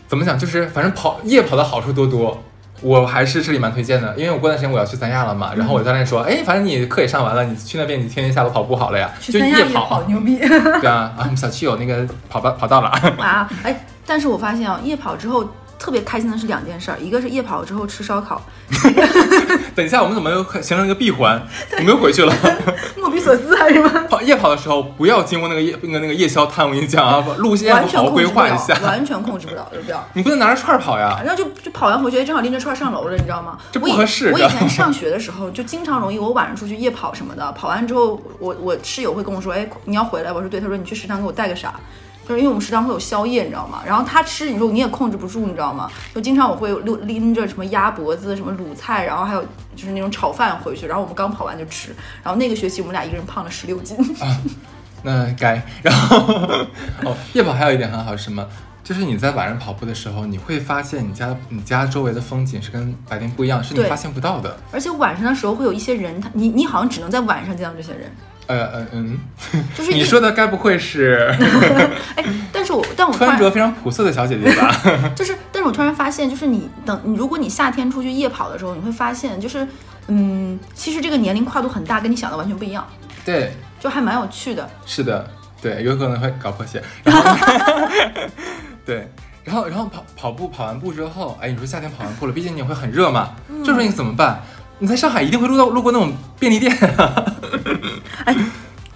S1: 怎么讲？就是反正跑夜跑的好处多多，我还是这里蛮推荐的，因为我过段时间我要去三亚了嘛。然
S2: 嗯
S1: 后我教练说，哎，反正你课也上完了，你去那边你天天下楼跑步好了呀，
S2: 去
S1: 就
S2: 三亚
S1: 夜
S2: 也好 牛逼
S1: 对啊，啊，我们小区有那个跑吧跑道了，
S2: 哇！哎，但是我发现啊，夜跑之后特别开心的是两件事儿，一个是夜跑之后吃烧 烤，
S1: 等一下，我们怎么又形成一个闭环？我们又回去了。
S2: 莫比索斯还是什么？
S1: 跑夜跑的时候不要经过那个夜那个那个夜宵摊，我跟你讲 啊，路线
S2: 完
S1: 要
S2: 全
S1: 好好
S2: 控
S1: 规
S2: 制不
S1: 划一
S2: 了，
S1: 下。
S2: 完全控制不了，对不对？
S1: 你不能拿着串儿跑呀。
S2: 然后就就跑完回去，哎正好拎着串儿上楼了，你知道吗？
S1: 这不
S2: 我以
S1: 合适
S2: 我
S1: 的
S2: 以 前上学的时候，就经常容易，我晚上出去夜跑什么的，跑完之后，我我室友会跟我说：“哎，你要回来？”我说：“对。”他说：“你去食堂给我带个啥？”他说：“因为我们食堂会有宵夜，你知道吗？然后他吃，你说你也控制不住，你知道吗？就经常我会拎拎着什么鸭脖子、什么卤菜，然后还有就是那种炒饭回去，然后我们刚跑完就吃。然后那个学期我们俩一个人胖了十六斤，
S1: 那该，然后 哦，夜跑还有一点很好是什么？就是你在晚上跑步的时候，你会发现你家你家周围的风景是跟白天不一样，是你
S2: 对
S1: 发现不到的。
S2: 而且晚上的时候会有一些人，他你你好像只能在晚上见到这些人，
S1: 呃呃嗯，
S2: 就是
S1: 你
S2: 一
S1: 说的该不会 是
S2: 哎，但是我但我突然
S1: 穿着非常朴素的小姐姐 吧？
S2: 就是，但是我突然发现，就是你等你，如果你夏天出去夜跑的时候，你会发现，就是，嗯，其实这个年龄跨度很大，跟你想的完全不一样，
S1: 对，
S2: 就还蛮有趣的。
S1: 是的，对，有可能会搞破鞋。然后，对，然后然后跑跑步跑完步之后，哎，你说夏天跑完步了，毕竟你会很热嘛，这时候你怎么办？你在上海一定会路到路过那种便利店，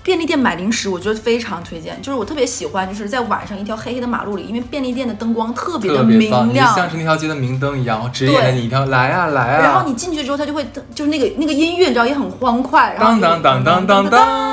S2: 便利店买零食，我觉得非常推荐。就是我特别喜欢，就是在晚上一条黑黑的马路里，因为便利店的灯光特别的
S1: 特别棒，
S2: 明
S1: 你就像
S2: 亮。
S1: 是那条街的明灯一样，指引着你一条来啊来啊。
S2: 然后你进去之后，它就会就是那个那个音乐，你知道也很欢快。然后
S1: 当当当当当当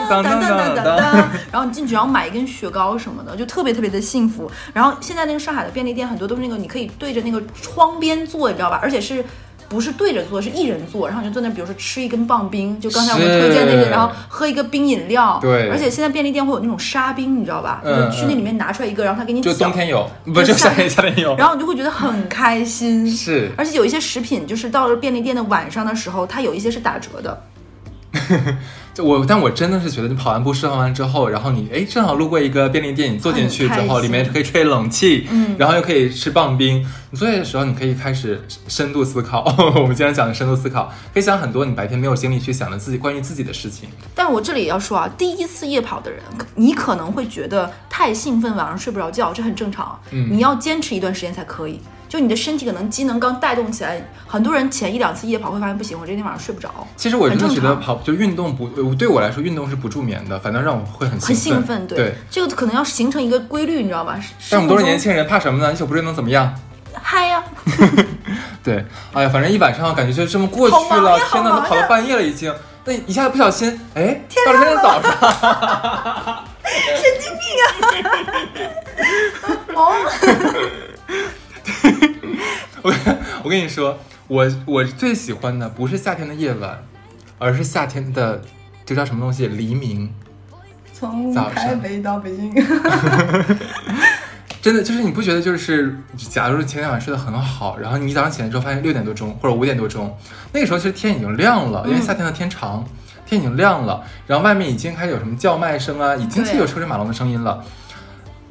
S1: 当当当当
S2: 当，然后你进去，然后买一根雪糕什么的，就特别特别的幸福。然后现在那个上海的便利店很多都是那个你可以对着那个窗边坐，你知道吧？而且是。不是对着坐，是一人坐，然后你就坐那，比如说吃一根棒冰，就刚才我们
S1: 是
S2: 推荐那个，然后喝一个冰饮料。
S1: 对
S2: 而且现在便利店会有那种沙冰，你知道吧？
S1: 嗯
S2: 就是去那里面拿出来一个，然后他给你
S1: 就
S2: 搅
S1: 冬，天有，不
S2: 就
S1: 就夏
S2: 夏
S1: 天夏天有，
S2: 然后你就会觉得很开心。
S1: 是
S2: 而且有一些食品，就是到了便利店的晚上的时候，它有一些是打折的。
S1: 就我，但我真的是觉得你跑完步释放完之后，然后你哎正好路过一个便利店，你坐进去之
S2: 很开
S1: 后，
S2: 心
S1: 里面可以吹冷气，嗯，然后又可以吃棒冰。你坐下的时候，你可以开始深度思考。 我们经常讲的深度思考，可以想很多你白天没有精力去想的自己关于自己的事情。
S2: 但是我这里也要说啊，第一次夜跑的人，你可能会觉得太兴奋，晚上睡不着觉，这很正常。嗯，你要坚持一段时间才可以。就你的身体可能机能刚带动起来，很多人前一两次夜跑会发现不行，我这天晚上睡不着，
S1: 其实我真的觉
S2: 很
S1: 得
S2: 正常
S1: 跑就运动不呃对我来说运动是不助眠的，反倒让我会很兴
S2: 很
S1: 奋。
S2: 兴奋。对，
S1: 对
S2: 这个可能要形成一个规律，你知道吧？
S1: 但我们都是
S2: 生活中
S1: 年轻人，怕什么呢？一宿不睡能怎么样？
S2: 嗨呀、
S1: 对，哎呀，反正一晚上感觉就这么过
S2: 好
S1: 去
S2: 忙
S1: 了
S2: 呀。
S1: 天哪，都
S2: 好忙
S1: 跑到
S2: 呀
S1: 半夜了已经。那一下子不小心，哎，到了天天 早上，
S2: 哦，
S1: 我我跟你说，我我最喜欢的不是夏天的夜晚，而是夏天的这叫什么东西？黎明。
S2: 从
S1: 早上台
S2: 北到 北京，
S1: 真的就是你不觉得就是，假如前天晚上睡得很好，然后你一早上起来之后发现六点多钟或者五点多钟，那个时候其实天已经亮了，因为夏天的天长，天已经亮了，然后外面已经开始有什么叫卖声啊，已经
S2: 对
S1: 是有车水马龙的声音了。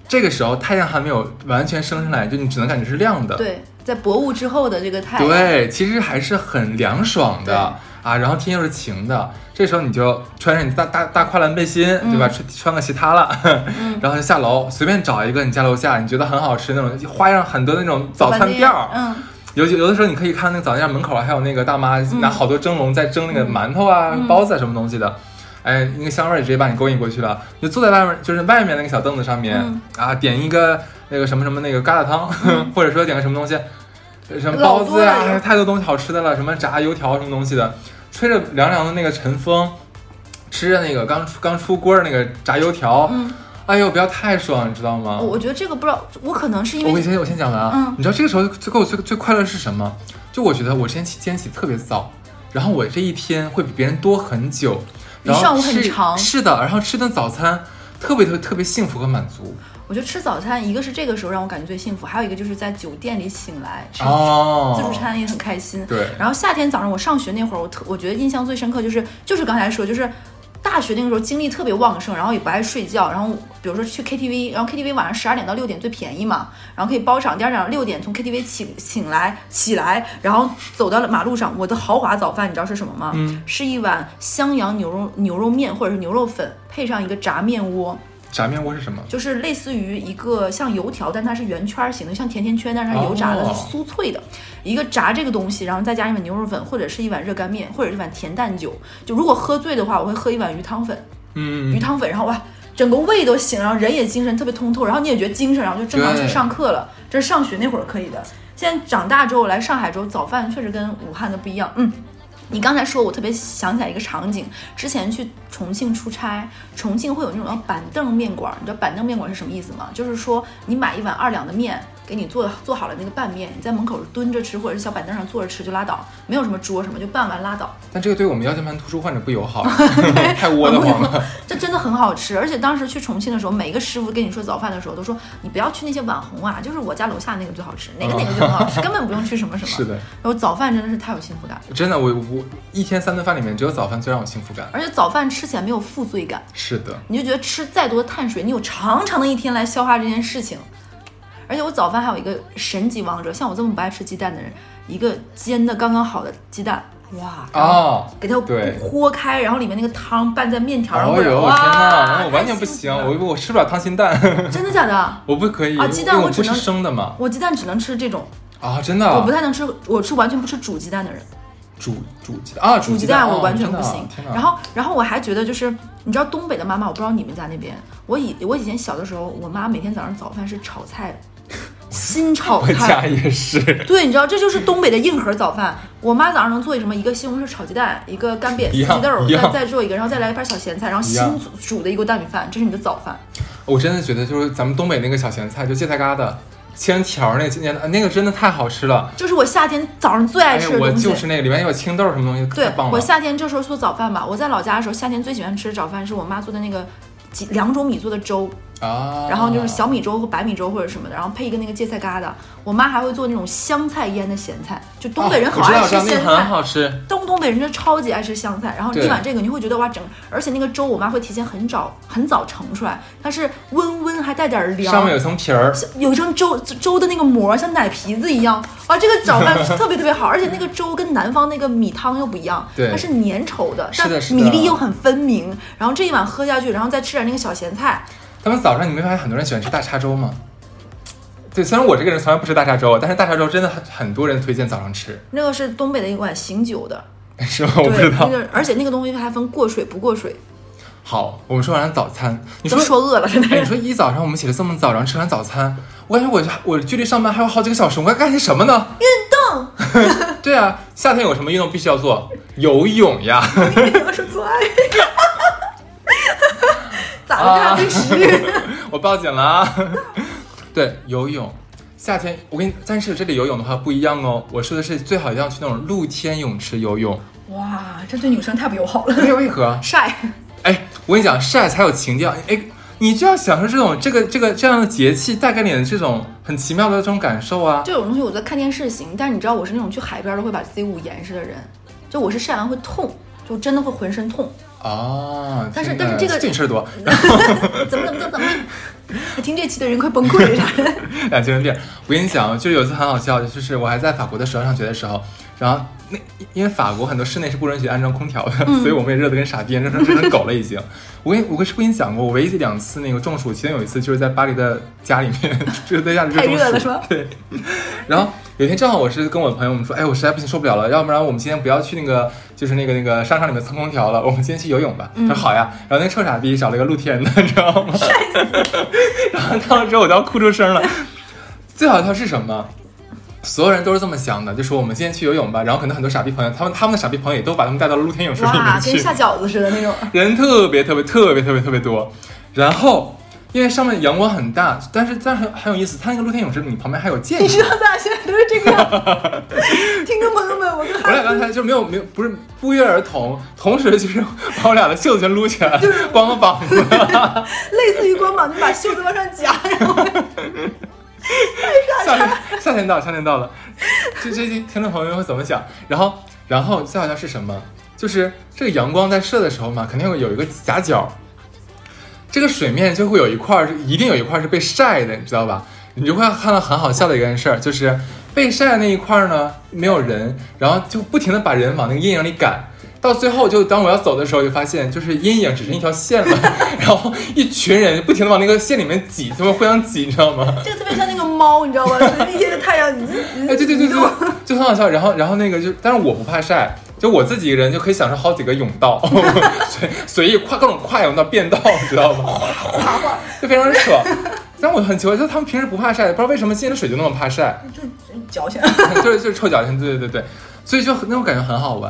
S1: 这个时候太阳还没有完全升上来，就你只能感觉是亮的。
S2: 对，在薄雾之后的这个太阳，
S1: 对，其实还是很凉爽的啊。然后天又是晴的，这时候你就穿上你大大大跨栏背心，对吧？穿穿个其他了， 然后就下楼，随便找一个你家楼下你觉得很好吃那种花样很多那种早餐店儿。
S2: 嗯，
S1: 有有的时候你可以看那个早餐店门口啊还有那个大妈
S2: 嗯
S1: 拿好多蒸笼在蒸那个馒头啊、包子啊什么东西的。哎，那个香味儿直接把你勾引过去了，你就坐在外面，就是外面那个小凳子上面、
S2: 嗯
S1: 啊，点一个那个什么什么那个疙瘩汤， 或者说点个什么东西，呃什么
S2: 老
S1: 包子
S2: 多了
S1: 啊，太多东西好吃的了，什么炸油条什么东西的，吹着凉凉的那个晨风，吃着那个刚出刚出锅的那个炸油条，
S2: 嗯
S1: 哎呦，不要太爽，你知道吗？
S2: 我我觉得这个不知道，我可能是因
S1: 我
S2: 为
S1: 先我先讲完啊，
S2: 嗯
S1: 你知道这个时候最给我最最快乐是什么？就我觉得我今天起今天起得特别早，然后我这一天会比别人多很久，
S2: 你
S1: 然后
S2: 上午很
S1: 吃
S2: 长
S1: 是的，然后吃顿早餐特别特别特别幸福和满足
S2: 我觉得吃早餐，一个是这个时候让我感觉最幸福，还有一个就是在酒店里醒来吃
S1: 哦，
S2: 自助餐也很开心。
S1: 对
S2: 然后夏天早上我上学那会儿，我特我觉得印象最深刻就是就是刚才说就是。大学那个时候精力特别旺盛，然后也不爱睡觉，然后比如说去 KTV，然后 KTV 晚上十二点到六点最便宜嘛，然后可以包场。第二天早上六点从 KTV 起醒来起来，然后走到了马路上，我的豪华早饭你知道是什么吗？
S1: 嗯
S2: 是一碗襄阳牛肉牛肉面或者是牛肉粉，配上一个炸面窝，
S1: 炸面窝是什么？
S2: 就是类似于一个像油条，但它是圆圈形的，像甜甜圈，但是它是油炸的，
S1: 哦
S2: 是酥脆的。一个炸这个东西，然后再加一碗牛肉粉，或者是一碗热干面，或者是一碗甜蛋酒。就如果喝醉的话，我会喝一碗鱼汤粉，
S1: 嗯，
S2: 鱼汤粉，然后哇，整个胃都醒，然后人也精神特别通透，然后你也觉得精神，然后就正常去
S1: 对
S2: 上课了。这是上学那会儿可以的，现在长大之后来上海之后，早饭确实跟武汉的不一样，嗯。你刚才说，我特别想起来一个场景，之前去重庆出差，重庆会有那种叫板凳面馆儿，你知道板凳面馆儿是什么意思吗？就是说你买一碗二两的面，给你做做好了那个拌面，你在门口蹲着吃，或者是小板凳上坐着吃就拉倒，没有什么桌什么，就拌完拉倒。
S1: 但这个对我们腰间盘突出患者不友 好，太窝得慌了。
S2: 这真的很啊好吃，而且当时去重庆的时候，每一个师傅跟你说早饭的时候，都说你不要去那些网红啊，就是我家楼下那个最好吃，哪个哪个最好 吃，根本不用去什么什 么。
S1: 啊是的，
S2: 然后早饭真的是太有幸福感，
S1: 真的，我我一天三顿饭里面只有早饭最让我幸福感。
S2: 而且早饭吃起来没有负罪感，
S1: 是的，
S2: 你就觉得吃再多碳水，你有长长的一天来消化这件事情。而且我早饭还有一个神级王者，像我这么不爱吃鸡蛋的人，一个煎的刚刚好的鸡蛋，哇，
S1: 哦，
S2: 给它
S1: 对
S2: 豁开，然后里面那个汤拌在面条上，
S1: 哦呦，
S2: 哇，
S1: 天哪，我完全
S2: 太
S1: 不
S2: 幸福
S1: 行，
S2: 了
S1: 我我吃不了溏心蛋，
S2: 真的假的？
S1: 我不可以，
S2: 啊鸡蛋
S1: 因为
S2: 我
S1: 我不
S2: 只
S1: 吃
S2: 能
S1: 生的嘛。
S2: 我鸡蛋只能吃这种，
S1: 啊，真的，
S2: 我不太能吃，我是完全不吃煮鸡蛋的人，
S1: 煮煮鸡蛋啊，
S2: 煮鸡
S1: 鸡
S2: 蛋
S1: 蛋
S2: 我
S1: 哦
S2: 完全
S1: 真的
S2: 不
S1: 啊
S2: 行。
S1: 天哪
S2: 然后，然后我还觉得就是，你知道东北的妈妈，我不知道你们家那边，我以我以前小的时候，我妈每天早上早饭是炒菜，新炒
S1: 我
S2: 菜。
S1: 家也是，
S2: 对，你知道这就是东北的硬核早饭。我妈早上能做什么？一个西红柿炒鸡蛋，一个干煸四
S1: 一样
S2: 季豆儿，
S1: 一样
S2: 再再做一个，然后再来一盘小咸菜，然后
S1: 一
S2: 新
S1: 样
S2: 煮的一锅大米饭，这是你的早饭。
S1: 我真的觉得就是咱们东北那个小咸菜，就芥菜疙瘩切成条儿那个，啊那那个真的太好吃了。
S2: 这是我夏天早上最爱
S1: 哎
S2: 吃的，
S1: 我
S2: 东西。
S1: 就是那个里面有青豆什么东西，太
S2: 对
S1: 棒啊
S2: 我
S1: 了。
S2: 夏天这时候做早饭吧，我在老家的时候，夏天最喜欢吃的早饭是我妈做的那个几两种米做的粥，
S1: 啊，
S2: 然后就是小米粥和白米粥或者什么的，然后配一个那个芥菜疙瘩。我妈还会做那种香菜腌的咸菜，就东北人
S1: 啊
S2: 好爱吃
S1: 我知道，我知道那
S2: 咸
S1: 个很
S2: 菜。
S1: 好吃。
S2: 东东北人真的超级爱吃香菜，然后
S1: 对
S2: 一碗这个你会觉得哇整，而且那个粥我妈会提前很早很早盛出来，它是温温还带点儿凉，
S1: 上面有层皮儿，
S2: 有一层粥粥的那个膜像奶皮子一样啊，这个早饭是特别特 别好，而且那个粥跟南方那个米汤又不一样，
S1: 对
S2: 它是粘稠的，
S1: 是
S2: 但
S1: 的是的
S2: 米粒又很分明。然后这一碗喝下去，然后再吃点那个小咸菜，
S1: 他们早上你没发现很多人喜欢吃大碴粥吗？对，虽然我这个人从来不吃大碴粥，但是大碴粥真的很很多人推荐早上吃，
S2: 那个是东北的一碗醒酒的，
S1: 是吗？我不
S2: 对，
S1: 知
S2: 那
S1: 道。
S2: 个而且那个东西还分过水不过水，
S1: 好，我们说完了早餐，你
S2: 都
S1: 说
S2: 说饿了真
S1: 哎，你
S2: 的。
S1: 说一早上我们起得这么早，然后吃完早餐，我感觉我我距离上班还有好几个小时，我该干些什么呢？运动。对啊，夏天有什么运动必须要做？游泳呀。
S2: 你要说做爱， 咋了？
S1: 啊
S2: 咖啡 师，
S1: 我报警了啊！ 对，游泳，夏天我跟你，但是这里游泳的话不一样哦。我说的是最好一定要去那种露天泳池游泳，
S2: 哇，这对女生太不友好了。
S1: 不知道为何？
S2: 晒，
S1: 哎，我跟你讲，晒才有情调。哎，你就要享受这种这个这个这样的节气带给你的这种很奇妙的这种感受啊。
S2: 这种东西我在看电视行，但是你知道我是那种去海边都会把自己捂严实的人，就我是晒完会痛，就真的会浑 身痛，
S1: 哦，
S2: 但是
S1: 真的
S2: 但是这个
S1: 就你事儿 多，
S2: 怎么怎么怎么怎么， 听这期的人快崩溃 了。
S1: 两精神病。我跟你讲，就是有一次很好笑，就是我还在法国的时候上学的时候，然后那因为法国很多室内是不允许安装空调的，
S2: 嗯
S1: 所以我们也热得跟傻逼，热成热成狗了已经。 我跟我是不跟你讲过，我唯一两次那个中暑，其中有一次就是在巴黎的家里面， 就是在家里热
S2: 太
S1: 中暑，
S2: 热了是吧
S1: 对。然后有一天正好我是跟我的朋友们说，哎，我实在不行受不了了，要不然我们今天不要去那个就是那个那个商场里面蹭空调了，我们今天去游泳吧。
S2: 嗯
S1: 他说好呀，然后那个臭傻逼找了一个露天的，你知道吗？然后 到了之后我都要哭出声了。 最好笑是什么？所有人都是这么想的，就说我们今天去游泳吧，然后可能很多傻逼朋友，他们他们的傻逼朋友也都把他们带到了露天泳池里
S2: 哇
S1: 面，
S2: 跟
S1: 去，
S2: 下饺子似的那种。
S1: 人特别特别特别特别特别多。然后因为上面阳光很大，但是但是很很有意思，它那个露天泳池你旁边还有建
S2: 你
S1: 筑。
S2: 知道咱俩现在都是这个样 子，听众朋友们，我跟
S1: 我
S2: 哈
S1: 俩刚才就没有没有不是不约而同，同时就是把我俩的袖子全撸起来，光个膀子。
S2: 类似于光膀，你把袖子往上夹，然后
S1: 夏天夏天到，夏天到了，这这些听众朋友们会怎么想？然后然后最好笑是什么？就是这个阳光在射的时候嘛，肯定会有一个夹角，这个水面就会有一块儿，一定有一块儿是被晒的，你知道吧？你就会看到很好笑的一件事儿，就是被晒的那一块儿呢没有人，然后就不停的把人往那个阴影里赶。到最后就当我要走的时候，就发现就是阴影只剩一条线了， 然后一群人不停的往那个线里面挤，他们互相挤，你知道吗？
S2: 这个特别像那个猫，你知道吗？随着一天的太阳，你你
S1: 哎，对对对对，就很好笑。然后，然后那个就，但是我不怕晒，就我自己一个人就可以享受好几个泳道， 随随意跨各种跨泳道、变道，你知道吗？
S2: 划划，
S1: 就非常扯。但我很奇怪，就他们平时不怕晒，不知道为什么进了水就那么怕晒，
S2: 就矫情。
S1: 就是就是臭脚心，对对对对。所以就很那种感觉很好玩，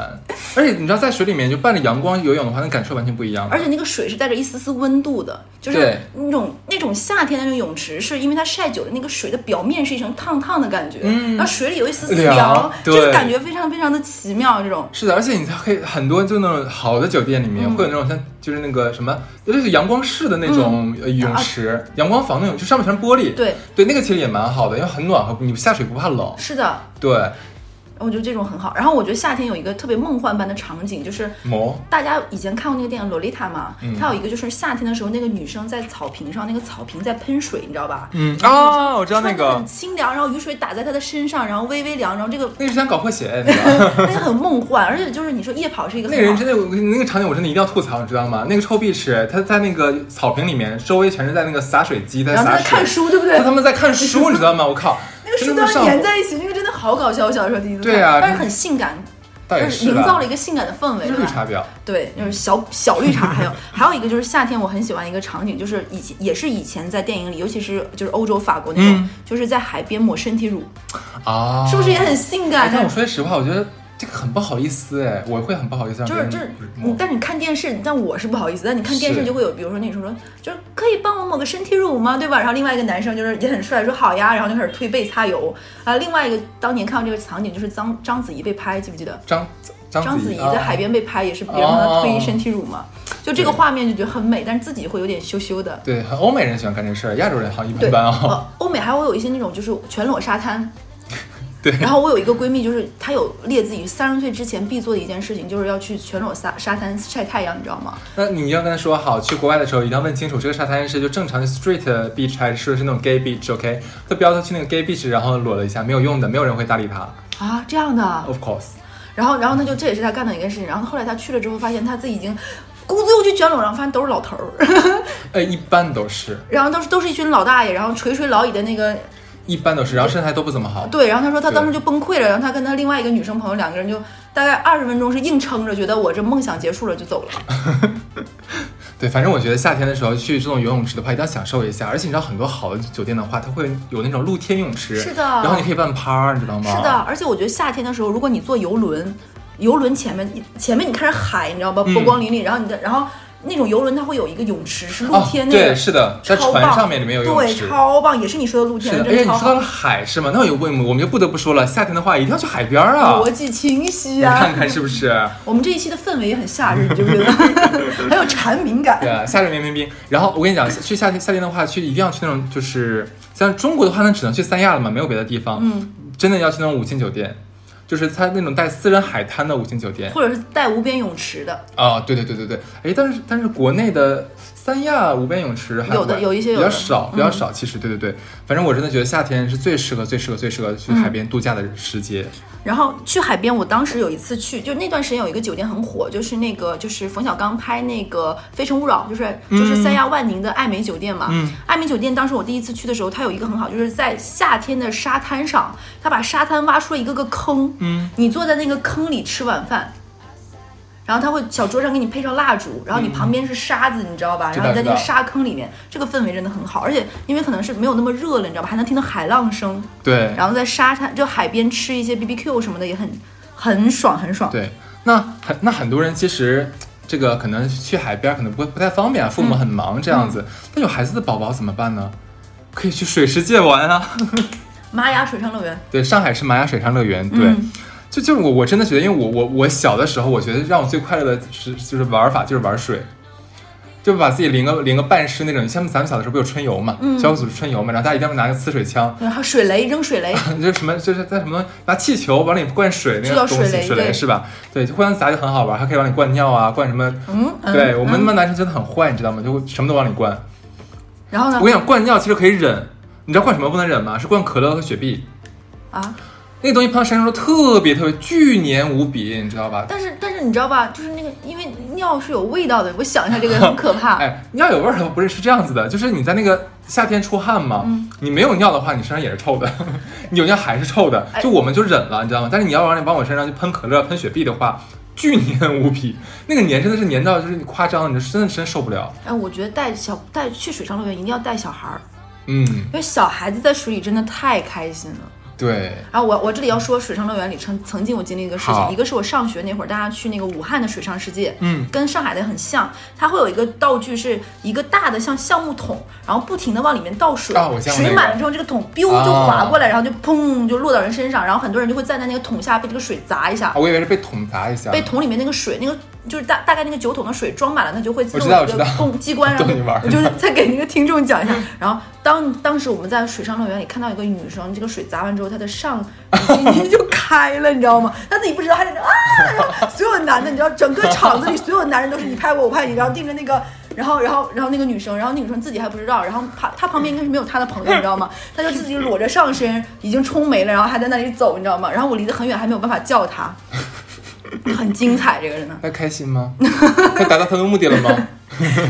S1: 而且你知道，在水里面就伴着阳光游泳的话，那感受完全不一样的。
S2: 而且那个水是带着一丝丝温度的，就是
S1: 对
S2: 那种那种夏天的那种泳池，是因为它晒久了，那个水的表面是一层烫烫的感觉，
S1: 嗯
S2: 然后水里有一丝丝
S1: 凉
S2: 凉，这个
S1: 对
S2: 感觉非常非常的奇妙。这种
S1: 是的，而且你才可以很多就那种好的酒店里
S2: 嗯
S1: 面、会有那种像就是那个什么，就是阳光式的那
S2: 嗯
S1: 种呃泳池，
S2: 啊
S1: 阳光房那种，就上面全是玻璃。
S2: 对，
S1: 对，那个其实也蛮好的，因为很暖和，你下水不怕冷。
S2: 是的，
S1: 对，
S2: 我觉得这种很好。然后我觉得夏天有一个特别梦幻般的场景，就是
S1: 某
S2: 大家以前看过那个电影《洛丽塔》嘛，
S1: 嗯
S2: 它有一个就是夏天的时候，那个女生在草坪上，那个草坪在喷水，你知道吧？
S1: 嗯啊，我知道那
S2: 穿得
S1: 个
S2: 很，清凉，然后雨水打在她的身上，然后微微凉，然后这个
S1: 那是想搞破鞋，你知道吗？
S2: 那个很梦幻，而且就是你说夜跑是一个
S1: 那
S2: 很
S1: 个人
S2: 好
S1: 真的，我那个场景我真的一定要吐槽，你知道吗？那个臭屁池，他在那个草坪里面，周围全是在那个洒水机在
S2: 然后他
S1: 洒
S2: 在看
S1: 水，
S2: 书，对不对
S1: 就？他们在看书，你知道吗？我靠，
S2: 那个书
S1: 真
S2: 都
S1: 的
S2: 要
S1: 上
S2: 粘
S1: 火，
S2: 在一起，那个真的好搞笑。我小时候第一次看，
S1: 对啊
S2: 但是很性感，
S1: 倒也
S2: 就是
S1: 是
S2: 营
S1: 吧
S2: 造了一个性感的氛围，
S1: 就是
S2: 对
S1: 绿
S2: 吧
S1: 茶婊，
S2: 对，就是小小绿茶，还有还有一个就是夏天，我很喜欢一个场景，就是以前也是以前在电影里，尤其是就是欧洲法国那种，
S1: 嗯
S2: 就是在海边抹身体乳，
S1: 啊，
S2: 是不是也很性
S1: 哎
S2: 感？
S1: 但我说句实话，我觉得这个很不好意思哎，我会很不好意思让
S2: 就
S1: 别
S2: 是
S1: 人
S2: 就是你
S1: 摸，
S2: 但是你看电视，但我是不好意思。但你看电视
S1: 是
S2: 就会有，比如说那种说，就是可以帮我抹个身体乳吗？对吧？然后另外一个男生就是也很帅，说好呀，然后就开始推背擦油啊。另外一个当年看到这个场景，就是章章子怡被拍，记不记得？
S1: 张张
S2: 章子怡
S1: 怡
S2: 在海。
S1: 啊
S2: 边被拍，也是别人帮她推身体乳嘛。就这个
S1: 对
S2: 画面就觉得很美，但是自己会有点羞羞的。
S1: 对，很欧美人喜欢干这事儿，亚洲人好像一
S2: 对，
S1: 般般哦。
S2: 呃，欧美还会有一些那种就是全裸沙滩。
S1: 对
S2: 然后我有一个闺蜜，就是她有列自己三十岁之前必做的一件事情，就是要去全裸沙沙滩晒太阳，你知道吗？
S1: 那你要跟他说好，去国外的时候一定要问清楚，这个沙滩是就正常的 street beach 还是是那种 gay beach？OK，、他不要他去那个 gay beach，然后裸了一下，没有用的，没有人会搭理他。
S2: 啊，这样的。
S1: Of course，
S2: 然后，然后她就这也是她干的一件事情。然后后来她去了之后，发现她自己已经咕最后去卷拢，然后发现都是老头儿，
S1: 呃，一般都是，
S2: 然后都是都是一群老大爷，然后垂垂老矣的那个
S1: 一般都是，然后身材都不怎么好。
S2: 对。然后她说她
S1: 对
S2: 当时就崩溃了，然后她跟她另外一个女生朋友两个人就大概二十分钟是硬撑着，觉得我这梦想结束了就走了。
S1: 对，反正我觉得夏天的时候去这种游泳池的话，一定要享受一下。而且你知道，很多好的酒店的话，它会有那种露天泳池，
S2: 是的
S1: 然后你可以办趴儿，你知道吗？哦
S2: 是的，，而且我觉得夏天的时候，如果你坐游轮，游轮前面前面你看着海，你知道吧，
S1: 嗯
S2: 波光粼粼，然后你的然后那种游轮它会有一个泳池是露天
S1: 哦、
S2: 那个，
S1: 对，是的，在
S2: 超棒
S1: 船上面里面有游泳
S2: 对，
S1: 池。
S2: 超棒，也是你说的露天
S1: 是的，而
S2: 真
S1: 且
S2: 的
S1: 你
S2: 超
S1: 说到
S2: 好，
S1: 了海是吗？那我们我们就不得不说了，夏天的话一定要去海边儿啊！
S2: 逻辑清晰
S1: 你
S2: 啊
S1: 看！看是不是？
S2: 我们这一期的氛围也很夏日，你觉不觉得？很有蝉鸣感
S1: 对。啊，夏日绵绵冰。然后我跟你讲，去夏天夏天的话，去一定要去那种就是像中国的话，那只能去三亚了嘛，没有别的地方。
S2: 嗯，
S1: 真的要去那种五星酒店，就是它那种带私人海滩的五星酒店。
S2: 或者是带无边泳池的，
S1: 啊、对对对对对，哎，但是但是国内的三亚无边泳池还
S2: 有的
S1: 晚
S2: 有一些有
S1: 比较
S2: 的嗯
S1: 少，比较少。其实对对对，反正我真的觉得夏天是最适合、最适合、最适合
S2: 嗯
S1: 去海边度假的时节。
S2: 然后去海边，我当时有一次去，就那段时间有一个酒店很火，就是那个就是冯小刚拍那个《非诚勿扰》，就是就是三亚万宁的艾美酒店嘛。
S1: 嗯
S2: 艾美酒店当时我第一次去的时候，它有一个很好，就是在夏天的沙滩上，它把沙滩挖出了一个个坑，
S1: 嗯，
S2: 你坐在那个坑里吃晚饭。然后他会小桌上给你配上蜡烛，然后你旁边是沙子，你知道吧？
S1: 知道
S2: 然后你在那
S1: 知道
S2: 个沙坑里面，这个氛围真的很好，而且因为可能是没有那么热了，你知道吧？还能听到海浪声，
S1: 对
S2: 然后在沙滩就海边吃一些 B B Q 什么的也很很爽很爽。
S1: 对，那很那很多人其实。这个可能去海边可能不不太方便啊，父母很
S2: 嗯
S1: 忙这样子。那有孩子的宝宝怎么办呢？可以去水世界玩啊。
S2: 玛雅水上乐园，
S1: 对，上海是玛雅水上乐园。对，
S2: 嗯
S1: 就就是我我真的觉得，因为我我我小的时候，我觉得让我最快乐的是就是玩法就是玩水，就把自己淋个淋个半湿那种。像咱们小的时候不有春游嘛，
S2: 嗯
S1: 小组春游嘛，然后大家一定要拿个呲水枪，
S2: 然后水雷扔水雷，
S1: 就是什么就是在什么拿气球往里灌水那
S2: 知
S1: 个
S2: 道
S1: 东西，
S2: 水
S1: 水
S2: 雷对
S1: 是吧？对，就互相砸就很好玩，还可以往里灌尿啊，灌什么。
S2: 嗯，嗯
S1: 对我们他
S2: 嗯
S1: 妈男生真的很坏，你知道吗？就什么都往里灌。
S2: 然后呢
S1: 我跟你讲，灌尿其实可以忍，你知道灌什么不能忍吗？是灌可乐和雪碧，
S2: 啊，
S1: 那个东西碰到身上都特别特别巨黏无比，你知道吧？
S2: 但是但是是你知道吧，就是那个因为尿是有味道的，我想一下这个很可怕。
S1: 哎，尿有味儿的不是是这样子的，就是你在那个夏天出汗嘛，你没有尿的话，你身上也是臭的， 你有尿还是臭的，就我们就忍了，你知道吗？但是你要往里往我身上去喷可乐、喷雪碧的话，巨粘无比，那个粘真的是粘到就是你夸张，你就真的真受不了。
S2: 哎，我觉得带小带去水上乐园一定要带小孩儿，
S1: 嗯，
S2: 因为小孩子在水里真的太开心了。
S1: 对，
S2: 然后我我这里要说水上乐园里曾曾经我经历一个事
S1: 好
S2: 情，一个是我上学那会儿，大家去那个武汉的水上世界，
S1: 嗯，
S2: 跟上海的很像，它会有一个道具是一个大的像橡木桶，然后不停的往里面倒水，
S1: 啊我见过那个啊
S2: 水满了之后这个桶 biu 就滑过来，然后就砰就落到人身上，然后很多人就会站在那个桶下被这个水砸一下
S1: 啊，，我以为是被捅砸一下，
S2: 被桶里面那个水，那个就是大大概那个酒桶的水装满了，它就会自
S1: 我
S2: 动
S1: 知道
S2: 有一
S1: 我
S2: 个
S1: 知道
S2: 供机关，然
S1: 逗
S2: 后
S1: 你玩儿
S2: 我就是再给那个听众讲一下。然后当当时我们在水上乐园里看到一个女生，这个水砸完之后，她的上已经 就开了，你知道吗？她自己不知道，她在那啊，然后所有男的，你知道，整个场子里所有男人都是你拍我，我拍你，然后盯着那个。然后，然后，然后那个女生，然后那个女生自己还不知道，然后她她旁边应该是没有她的朋友，你知道吗？她就自己裸着上身，已经冲没了，然后还在那里走，你知道吗？然后我离得很远，还没有办法叫她。 很精彩，这个人呢。
S1: 他开心吗？ 他达到他的目的了吗？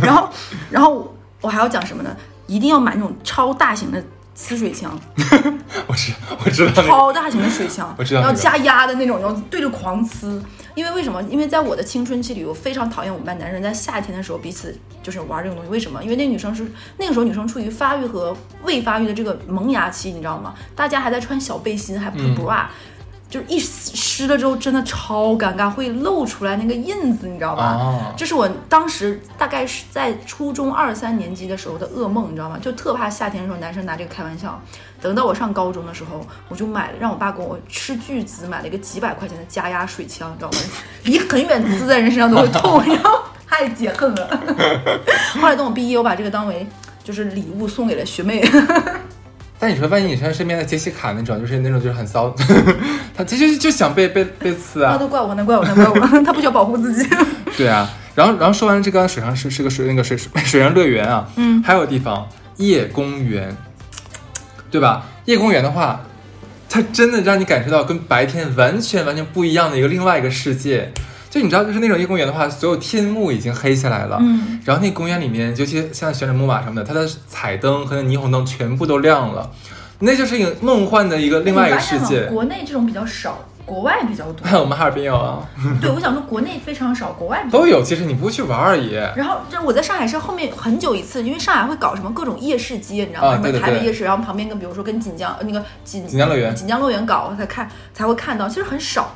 S2: 然后，然后我还要讲什么呢？一定要买那种超大型的呲水枪，
S1: 我知我知道那个，，
S2: 超大型的水枪
S1: 我知道那
S2: 然
S1: 个
S2: 后加压的那种，然后对着狂呲。因为为什么？因为在我的青春期里，我非常讨厌我们班男生在夏天的时候彼此就是玩这种东西。为什么？因为那女生是那个时候女生处于发育和未发育的这个萌芽期，你知道吗？大家还在穿小背心，还不是
S1: 嗯
S2: bra，、就是一湿湿了之后真的超尴尬，会露出来那个印子，你知道吧？
S1: 啊
S2: 这是我当时大概是在初中二三年级的时候的噩梦，你知道吗？就特怕夏天的时候男生拿这个开玩笑。等到我上高中的时候，我就买了，让我爸给我斥巨资买了一个几百块钱的加压水枪，你知道吗？ 离很远呲在人身上都会痛，然后太解恨了。 后来等我毕业，我把这个当为就是礼物送给了学妹。
S1: 但你说，万一你像身边的杰西卡那种，就是那种就是很骚， 他其实就想被被被刺
S2: 那
S1: 啊，
S2: 都怪我，那怪我，那怪我， 他不需要保护自己。
S1: 对啊。然后然后说完这个水上是是个水那个水 水水上乐园啊，
S2: 嗯，
S1: 还有地方夜公园，对吧？夜公园的话，它真的让你感受到跟白天完全完全不一样的一个另外一个世界。就你知道，就是那种夜公园的话，所有天幕已经黑下来了，
S2: 嗯，
S1: 然后那公园里面，尤其像旋转木马什么的，它的彩灯和霓虹灯全部都亮了，那就是一个梦幻的一个另外一个世界。
S2: 国内这种比较少，国外 比较多。
S1: 还有我们哈尔滨有啊，
S2: 对，我想说国内非常少，国外比较多
S1: 都有。其实你不去玩而已。
S2: 然后这我在上海是后面很久一次，因为上海会搞什么各种夜市街，你知道吗？
S1: 啊
S2: 什
S1: 对
S2: 么
S1: 对
S2: 台北
S1: 对
S2: 夜市，然后旁边跟比如说跟锦江呃那个锦
S1: 锦江乐园
S2: 锦江乐园搞，我才看才会看到，其实很少。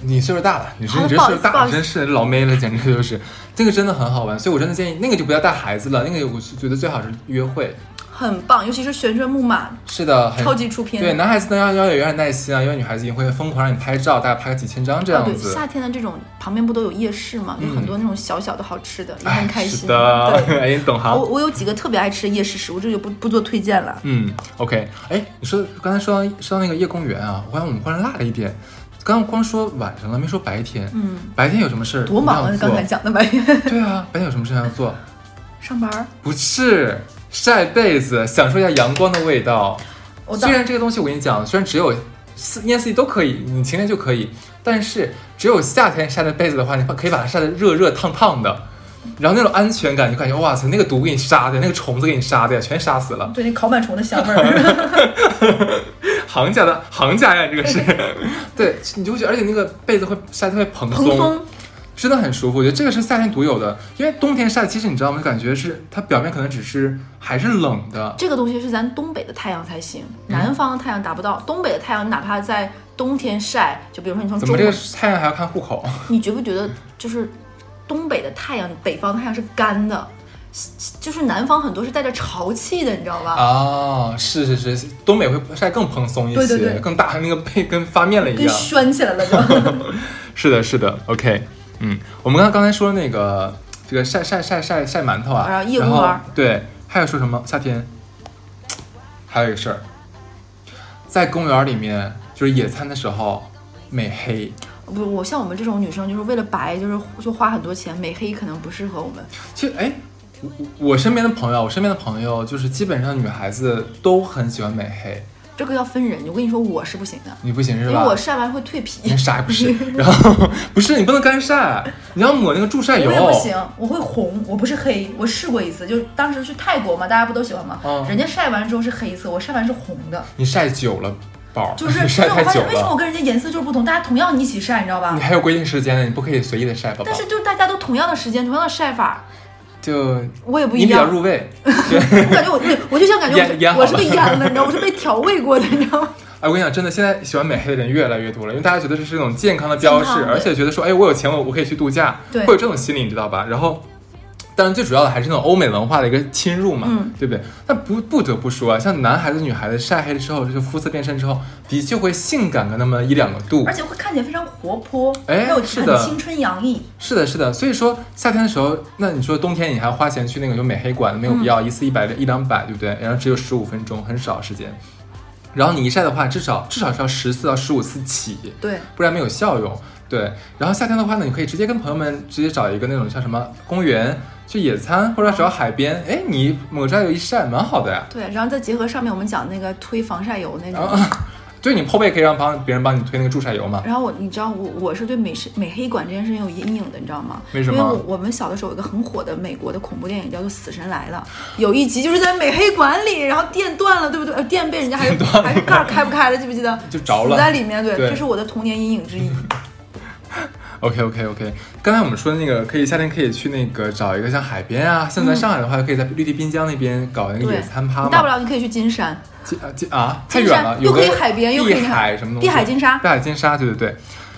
S1: 你岁数大了，你说你
S2: 好的
S1: 这
S2: 不好
S1: 岁数
S2: 意思啊不
S1: 大
S2: 好
S1: 了，
S2: 意思
S1: 真是老妹了，简直就是。这个真的很好玩，所以我真的建议那个就不要带孩子了，那个我是觉得最好是约会。
S2: 很棒，尤其是旋转木马
S1: 是的，很
S2: 超级出片。
S1: 对，男孩子呢要要有点耐心啊，因为女孩子也会疯狂让你拍照，大概拍个几千张这
S2: 啊，
S1: 样
S2: 对，
S1: 子。
S2: 夏天的这种旁边不都有夜市嘛，有
S1: 嗯
S2: 很多那种小小的好吃的，也
S1: 哎
S2: 很开
S1: 是
S2: 心。
S1: 的，
S2: 对，
S1: 哎，你懂行
S2: 我。我有几个特别爱吃的夜市食物，这就不不做推荐了。
S1: 嗯，OK，哎，你说刚才说到说到那个夜公园啊，我感觉我们忽然落了一点，刚刚光说晚上了，没说白天。
S2: 嗯，
S1: 白天有什么事儿
S2: 多忙
S1: 一
S2: 啊！
S1: 定要
S2: 刚才
S1: 做？
S2: 讲的白天
S1: 对啊，白天有什么事儿要做？
S2: 上班儿，
S1: 不是晒被子，享受一下阳光的味道。
S2: 我当
S1: 虽然这个东西我跟你讲，虽然只有四一年四季都可以，你晴天就可以，但是只有夏天晒的被子的话，你可以把它晒得热热烫烫的，然后那种安全感，你就感觉哇塞，那个毒给你杀的，那个虫子给你杀的，全杀死了。
S2: 对那烤螨虫的香味儿，
S1: 行家的行家呀，这个是， 对，你就会觉得，而且那个被子会晒得会蓬
S2: 蓬松。
S1: 真的很舒服，我觉得这个是夏天独有的，因为冬天晒，其实你知道吗？感觉是它表面可能只是还是冷的，
S2: 这个东西是咱东北的太阳才行，
S1: 嗯
S2: 南方的太阳达不到。东北的太阳哪怕在冬天晒，就比如说你从
S1: 怎
S2: 中
S1: 么这
S2: 国，
S1: 个太阳还要看户口？
S2: 你觉不觉得就是东北的太阳，北方的太阳是干的，就是南方很多是带着潮气的，你知道吧？
S1: 啊，是是是，东北会晒更蓬松一些，
S2: 对对对
S1: 更大，那个被跟发面了一
S2: 跟
S1: 样。
S2: 宣起来 了就。
S1: 是的，是的，OK，嗯，我们刚刚才说那个这个晒晒晒晒晒馒头啊，
S2: 然后夜
S1: 然后
S2: 公园儿
S1: 对，还有说什么夏天，还有一个事儿，在公园里面就是野餐的时候美黑，
S2: 不，我像我们这种女生，就是为了白，就是就花很多钱，美黑可能不适合我们。
S1: 其实哎。我我身边的朋友，我身边的朋友就是基本上女孩子都很喜欢美黑，
S2: 这个要分人。我跟你说，我是不行的，
S1: 你不行是
S2: 因
S1: 吧？
S2: 为我晒完会蜕皮
S1: 你。啥也不 是，然后不是你不能干晒，你要抹那个助晒油
S2: 我。也不行，我会红，我不是黑。我试过一次，就当时去泰国嘛，大家不都喜欢吗？
S1: 嗯
S2: 人家晒完之后是黑色，我晒完是红的，
S1: 你晒久了，宝儿，
S2: 就是
S1: 你
S2: 就是
S1: 晒
S2: 我
S1: 太
S2: 发
S1: 久
S2: 现为什么
S1: 了，
S2: 我跟人家颜色就是不同，大家同样你一起晒，你知道吧
S1: 你？还有规定时间呢，你不可以随意的晒，宝宝
S2: 但。是就是大家都同样的时间，同样的晒法，
S1: 就
S2: 我也不
S1: 你
S2: 一
S1: 比较
S2: 样。
S1: 入味。
S2: 我感觉我对我就像感觉我
S1: 腌腌
S2: 是
S1: 好
S2: 我是
S1: 了
S2: 被腌了，你知道，我是被调味过的，你知道吗？
S1: 哎，我跟你讲，真的，现在喜欢美黑的人越来越多了，因为大家觉得这是一种健康的标
S2: 健康
S1: 志，
S2: 对
S1: 而且觉得说，哎，我有钱，我我可以去度假，
S2: 对
S1: 会有这种心理，你知道吧？然后，当然最主要的还是那种欧美文化的一个侵入嘛，
S2: 嗯
S1: 对不对？但不不得不说啊，像男孩子、女孩子晒黑之后，就是肤色变深之后，的确会性感个那么一两个度
S2: 而。且会看起来非常活泼，
S1: 哎
S2: 还有
S1: 是的
S2: 很青春洋溢。
S1: 是的，是的。所以说夏天的时候，那你说冬天你还花钱去那个有美黑馆，没有必要，一次一百一两百，对不对？然后只有十五分钟，很少时间。然后你一晒的话，至少至少是要十次到十五次起。
S2: 对，
S1: 不然没有效用。对，然后夏天的话呢，你可以直接跟朋友们直接找一个那种像什么公园去野餐，或者找海边，哎，你抹榨油一晒，蛮好的呀。
S2: 对，然后再结合上面我们讲那个推防晒油那种，
S1: 然后，对你后背可以让帮别人帮你推那个助晒油嘛。
S2: 然后我你知道我我是对美式美黑馆这件事情有阴影的，你知道吗？
S1: 为什么
S2: 因为我我们小的时候有一个很火的美国的恐怖电影叫做《死神来了》，有一集就是在美黑馆里，然后电断了，对不对？呃电被人 家还是还是盖儿开不开了，记不记得？
S1: 就着了
S2: 死在里面，对，
S1: 对
S2: 这是我的童年阴影之一。
S1: OK OK OK，刚才我们说的那个可以夏天可以去那个找一个像海边啊，像在上海的话，可以在绿地滨江那边搞那个
S2: 对，
S1: 野餐趴
S2: 你大不
S1: 嘛。
S2: 了你可以去金山，
S1: 金啊金啊，太
S2: 金
S1: 远了，
S2: 山
S1: 有
S2: 又
S1: 个
S2: 可以海边，又可以
S1: 碧
S2: 那
S1: 海什么东西？
S2: 碧海金沙。
S1: 碧海金沙，对对对。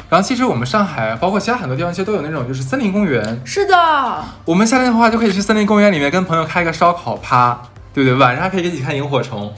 S1: 然后其实我们上海，包括其他很多地方，其实都有那种就是森林公园，
S2: 是的，
S1: 我们夏天的话就可以去森林公园里面跟朋友开个烧烤趴，对不对？晚上还可以一起看萤火虫，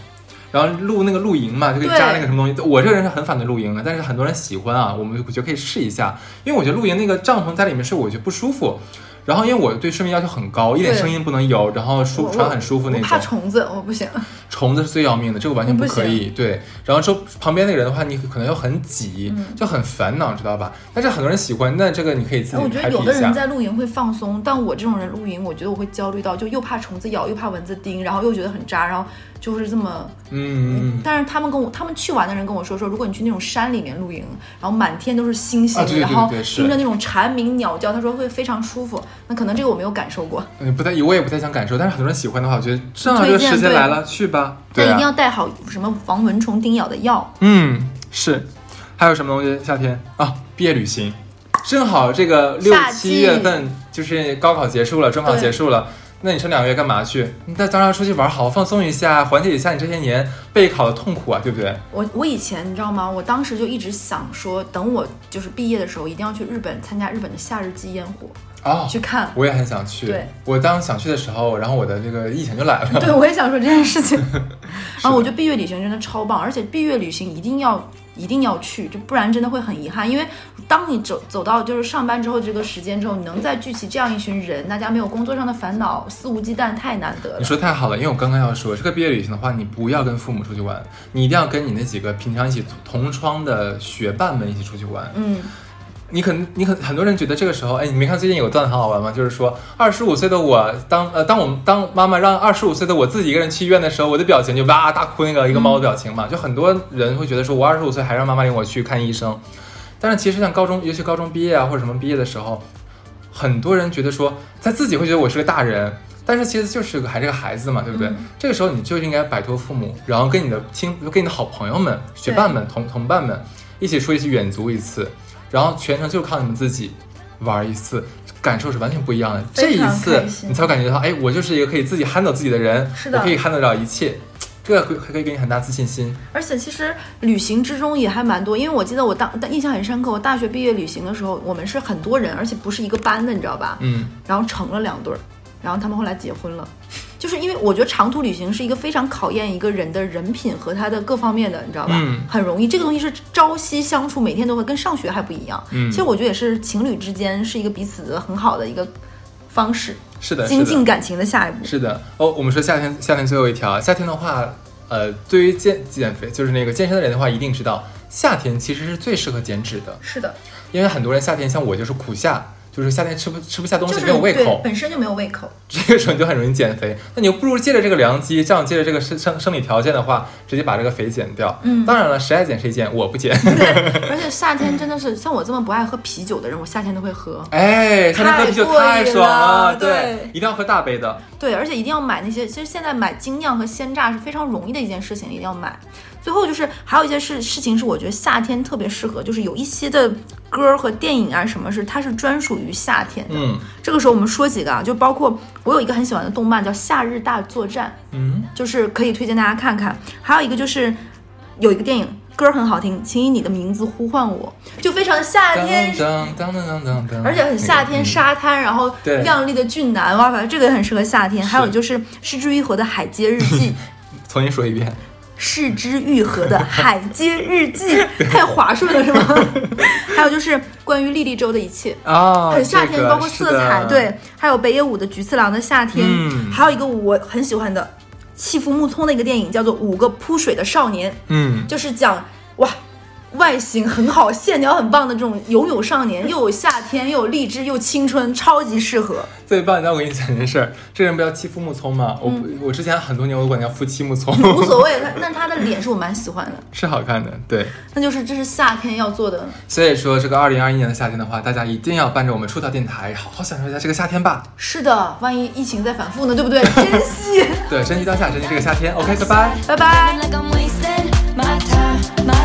S1: 然后露那个露营嘛，就可以扎那个什么东西。我这个人是很反对露营的，但是很多人喜欢啊，我们我觉得可以试一下，因为我觉得露营那个帐篷在里面睡我觉得不舒服。然后因为我对睡眠要求很高，一点
S2: 对
S1: 声音不能有，然后
S2: 我
S1: 舒
S2: 我
S1: 床很舒服那
S2: 我怕
S1: 种。
S2: 虫子，我不行。
S1: 虫子是最要命的，这个完全不可以。对，然后说旁边那个人的话，你可能又很挤，
S2: 嗯
S1: 就很烦恼，知道吧？但是很多人喜欢，那这个你可以自己
S2: 我觉得有
S1: happy
S2: 的
S1: 一
S2: 人
S1: 下。
S2: 在露营会放松，但我这种人露营，我觉得我会焦虑到，就又怕虫子咬，又怕蚊子叮，然后又觉得很扎，然后就是这么。
S1: 嗯嗯嗯。
S2: 但是他们跟我，他们去玩的人跟我说说，如果你去那种山里面露营，然后满天都是星星，
S1: 啊对对对
S2: 然后
S1: 对是
S2: 听着那种蝉鸣鸟叫，他说会非常舒服。那可能这个我没有感受过，
S1: 嗯，不太，我也不太想感受，但是很多人喜欢的话，我觉得正好这个时间来了，去吧。对
S2: 但一定
S1: 啊，
S2: 要带好什么防蚊虫叮咬的药。
S1: 嗯，是。还有什么东西？夏天啊，毕业旅行，正好这个六
S2: 夏季
S1: 七月份就是高考结束了，中考
S2: 对
S1: 结束了，那你剩两个月干嘛去？你再当然出去玩，好好放松一下，缓解一下你这些年备考的痛苦啊，对不对？
S2: 我我以前你知道吗？我当时就一直想说，等我就是毕业的时候，一定要去日本参加日本的夏日祭烟火，
S1: 哦，
S2: 去看。
S1: 我也很想去
S2: 对。
S1: 我当想去的时候，然后我的这个疫情就来 了。
S2: 对，我也想说这件事情。啊，我觉得毕业旅行真的超棒，而且毕业旅行一定要一定要去，就不然真的会很遗憾。因为当你走走到就是上班之后这个时间之后，你能再聚齐这样一群人，大家没有工作上的烦恼，肆无忌惮，太难得
S1: 你
S2: 了。
S1: 说太好了，因为我刚刚要说，这个毕业旅行的话，你不要跟父母出去玩，你一定要跟你那几个平常一起同窗的学伴们一起出去玩。
S2: 嗯，
S1: 你可能，你可很多人觉得这个时候，哎，你没看最近有个段很好玩吗？就是说，二十五岁的我当呃当我们当妈妈让二十五岁的我自己一个人去医院的时候，我的表情就哇大哭那个一个猫的表情嘛，就很多人会觉得说我二十五岁还让妈妈领我去看医生，但是其实像高中，尤其高中毕业啊或者什么毕业的时候，很多人觉得说他自己会觉得我是个大人。但是其实就是个还是个孩子嘛，对不对？
S2: 嗯
S1: 这个时候你就应该摆脱父母，然后跟你的亲、跟你的好朋友们、学伴们、同同伴们一起出去远足一次，然后全程就靠你们自己玩一次，感受是完全不一样的。这
S2: 非
S1: 一
S2: 常
S1: 次
S2: 开心
S1: 你才会感觉到，哎，我就是一个可以自己 handle 自己的人，
S2: 是的
S1: 我可以 handle 了一切，这个可以可以给你很大自信心。
S2: 而且其实旅行之中也还蛮多，因为我记得我当但印象很深刻，我大学毕业旅行的时候，我们是很多人，而且不是一个班的，你知道吧？
S1: 嗯，
S2: 然后成了两对儿，然后他们后来结婚了。就是因为我觉得长途旅行是一个非常考验一个人的人品和他的各方面的，你知道吧？
S1: 嗯
S2: 很容易，这个东西是朝夕相处，每天都会跟上学还不一样。
S1: 嗯
S2: 其实我觉得也是情侣之间是一个彼此的很好的一个方式，
S1: 是的，
S2: 精
S1: 是的，
S2: 进感情的下一步。
S1: 是的。哦，我们说夏天，夏天最后一条，夏天的话，呃，对于健减肥就是那个健身的人的话，一定知道，夏天其实是最适合减脂的。
S2: 是的，
S1: 因为很多人夏天像我就是苦夏，就是夏天吃不吃不下东
S2: 就
S1: 西，
S2: 是
S1: 没有胃
S2: 对
S1: 口，
S2: 本身就没有胃口。
S1: 这个时候你就很容易减肥。 那你又不如借着这个良机，这样借着这个生生生理条件的话，直接把这个肥减掉。
S2: 嗯
S1: 当然了，谁爱减谁减，我不 减。
S2: 对，而且夏天真的是像我这么不爱喝啤酒的人，我夏天都会喝。
S1: 哎，夏天喝啤酒
S2: 太过
S1: 太
S2: 瘾
S1: 爽
S2: 了
S1: 对，
S2: 对
S1: 一定要喝大杯的。
S2: 对，而且一定要买那些，其实现在买精酿和鲜榨是非常容易的一件事情，一定要买。最后就是还有一件事事情是我觉得夏天特别适合，就是有一些的歌儿和电影啊什么是它是专属于夏天的。
S1: 嗯
S2: 这个时候我们说几个啊，就包括我有一个很喜欢的动漫叫《夏日大作战》，
S1: 嗯，
S2: 就是可以推荐大家看看。还有一个就是有一个电影歌儿很好听，请以你的名字呼唤我，就非常的夏天。
S1: 当当当当当当，
S2: 而且很夏天，
S1: 嗯那个
S2: 沙滩，然后
S1: 对
S2: 亮丽的俊男，哇，反正这个也很适合夏天。还有
S1: 是
S2: 就是《失之愈合的海街日 记》，
S1: 嗯重新说一遍。
S2: 是之愈合的《海街日 记》太滑顺了是吗？还有就是关于莉莉周的一切，
S1: 啊，
S2: 很夏天，
S1: 这个
S2: 包括色彩，，
S1: 是的
S2: 对，还有北野武的《菊次郎的夏天》
S1: 嗯
S2: 还有一个我很喜欢的弃妇木聪的一个电影叫做《五个扑水的少年》，
S1: 嗯，
S2: 就是讲哇。外形很好，线条很棒的这种游泳少年，又有夏天，又有励志，又青春，超级适合。
S1: 最棒！你知道我跟你讲件事儿，这人不叫欺负木聪吗？我、我之前很多年我管他叫夫妻木聪，
S2: 嗯无所谓，他但他的脸是我蛮喜欢的，
S1: 是好看的，对。
S2: 那就是这是夏天要做的。
S1: 所以说，这个二零二一年的夏天的话，大家一定要伴着我们出道电台，好好享受一下这个夏天吧。
S2: 是的，万一疫情再反复呢，对不对？珍惜，
S1: 对，珍惜当下，珍惜这个夏天。OK，拜拜。
S2: 拜拜。
S3: Like I'm wasting my time, Oh, my oh.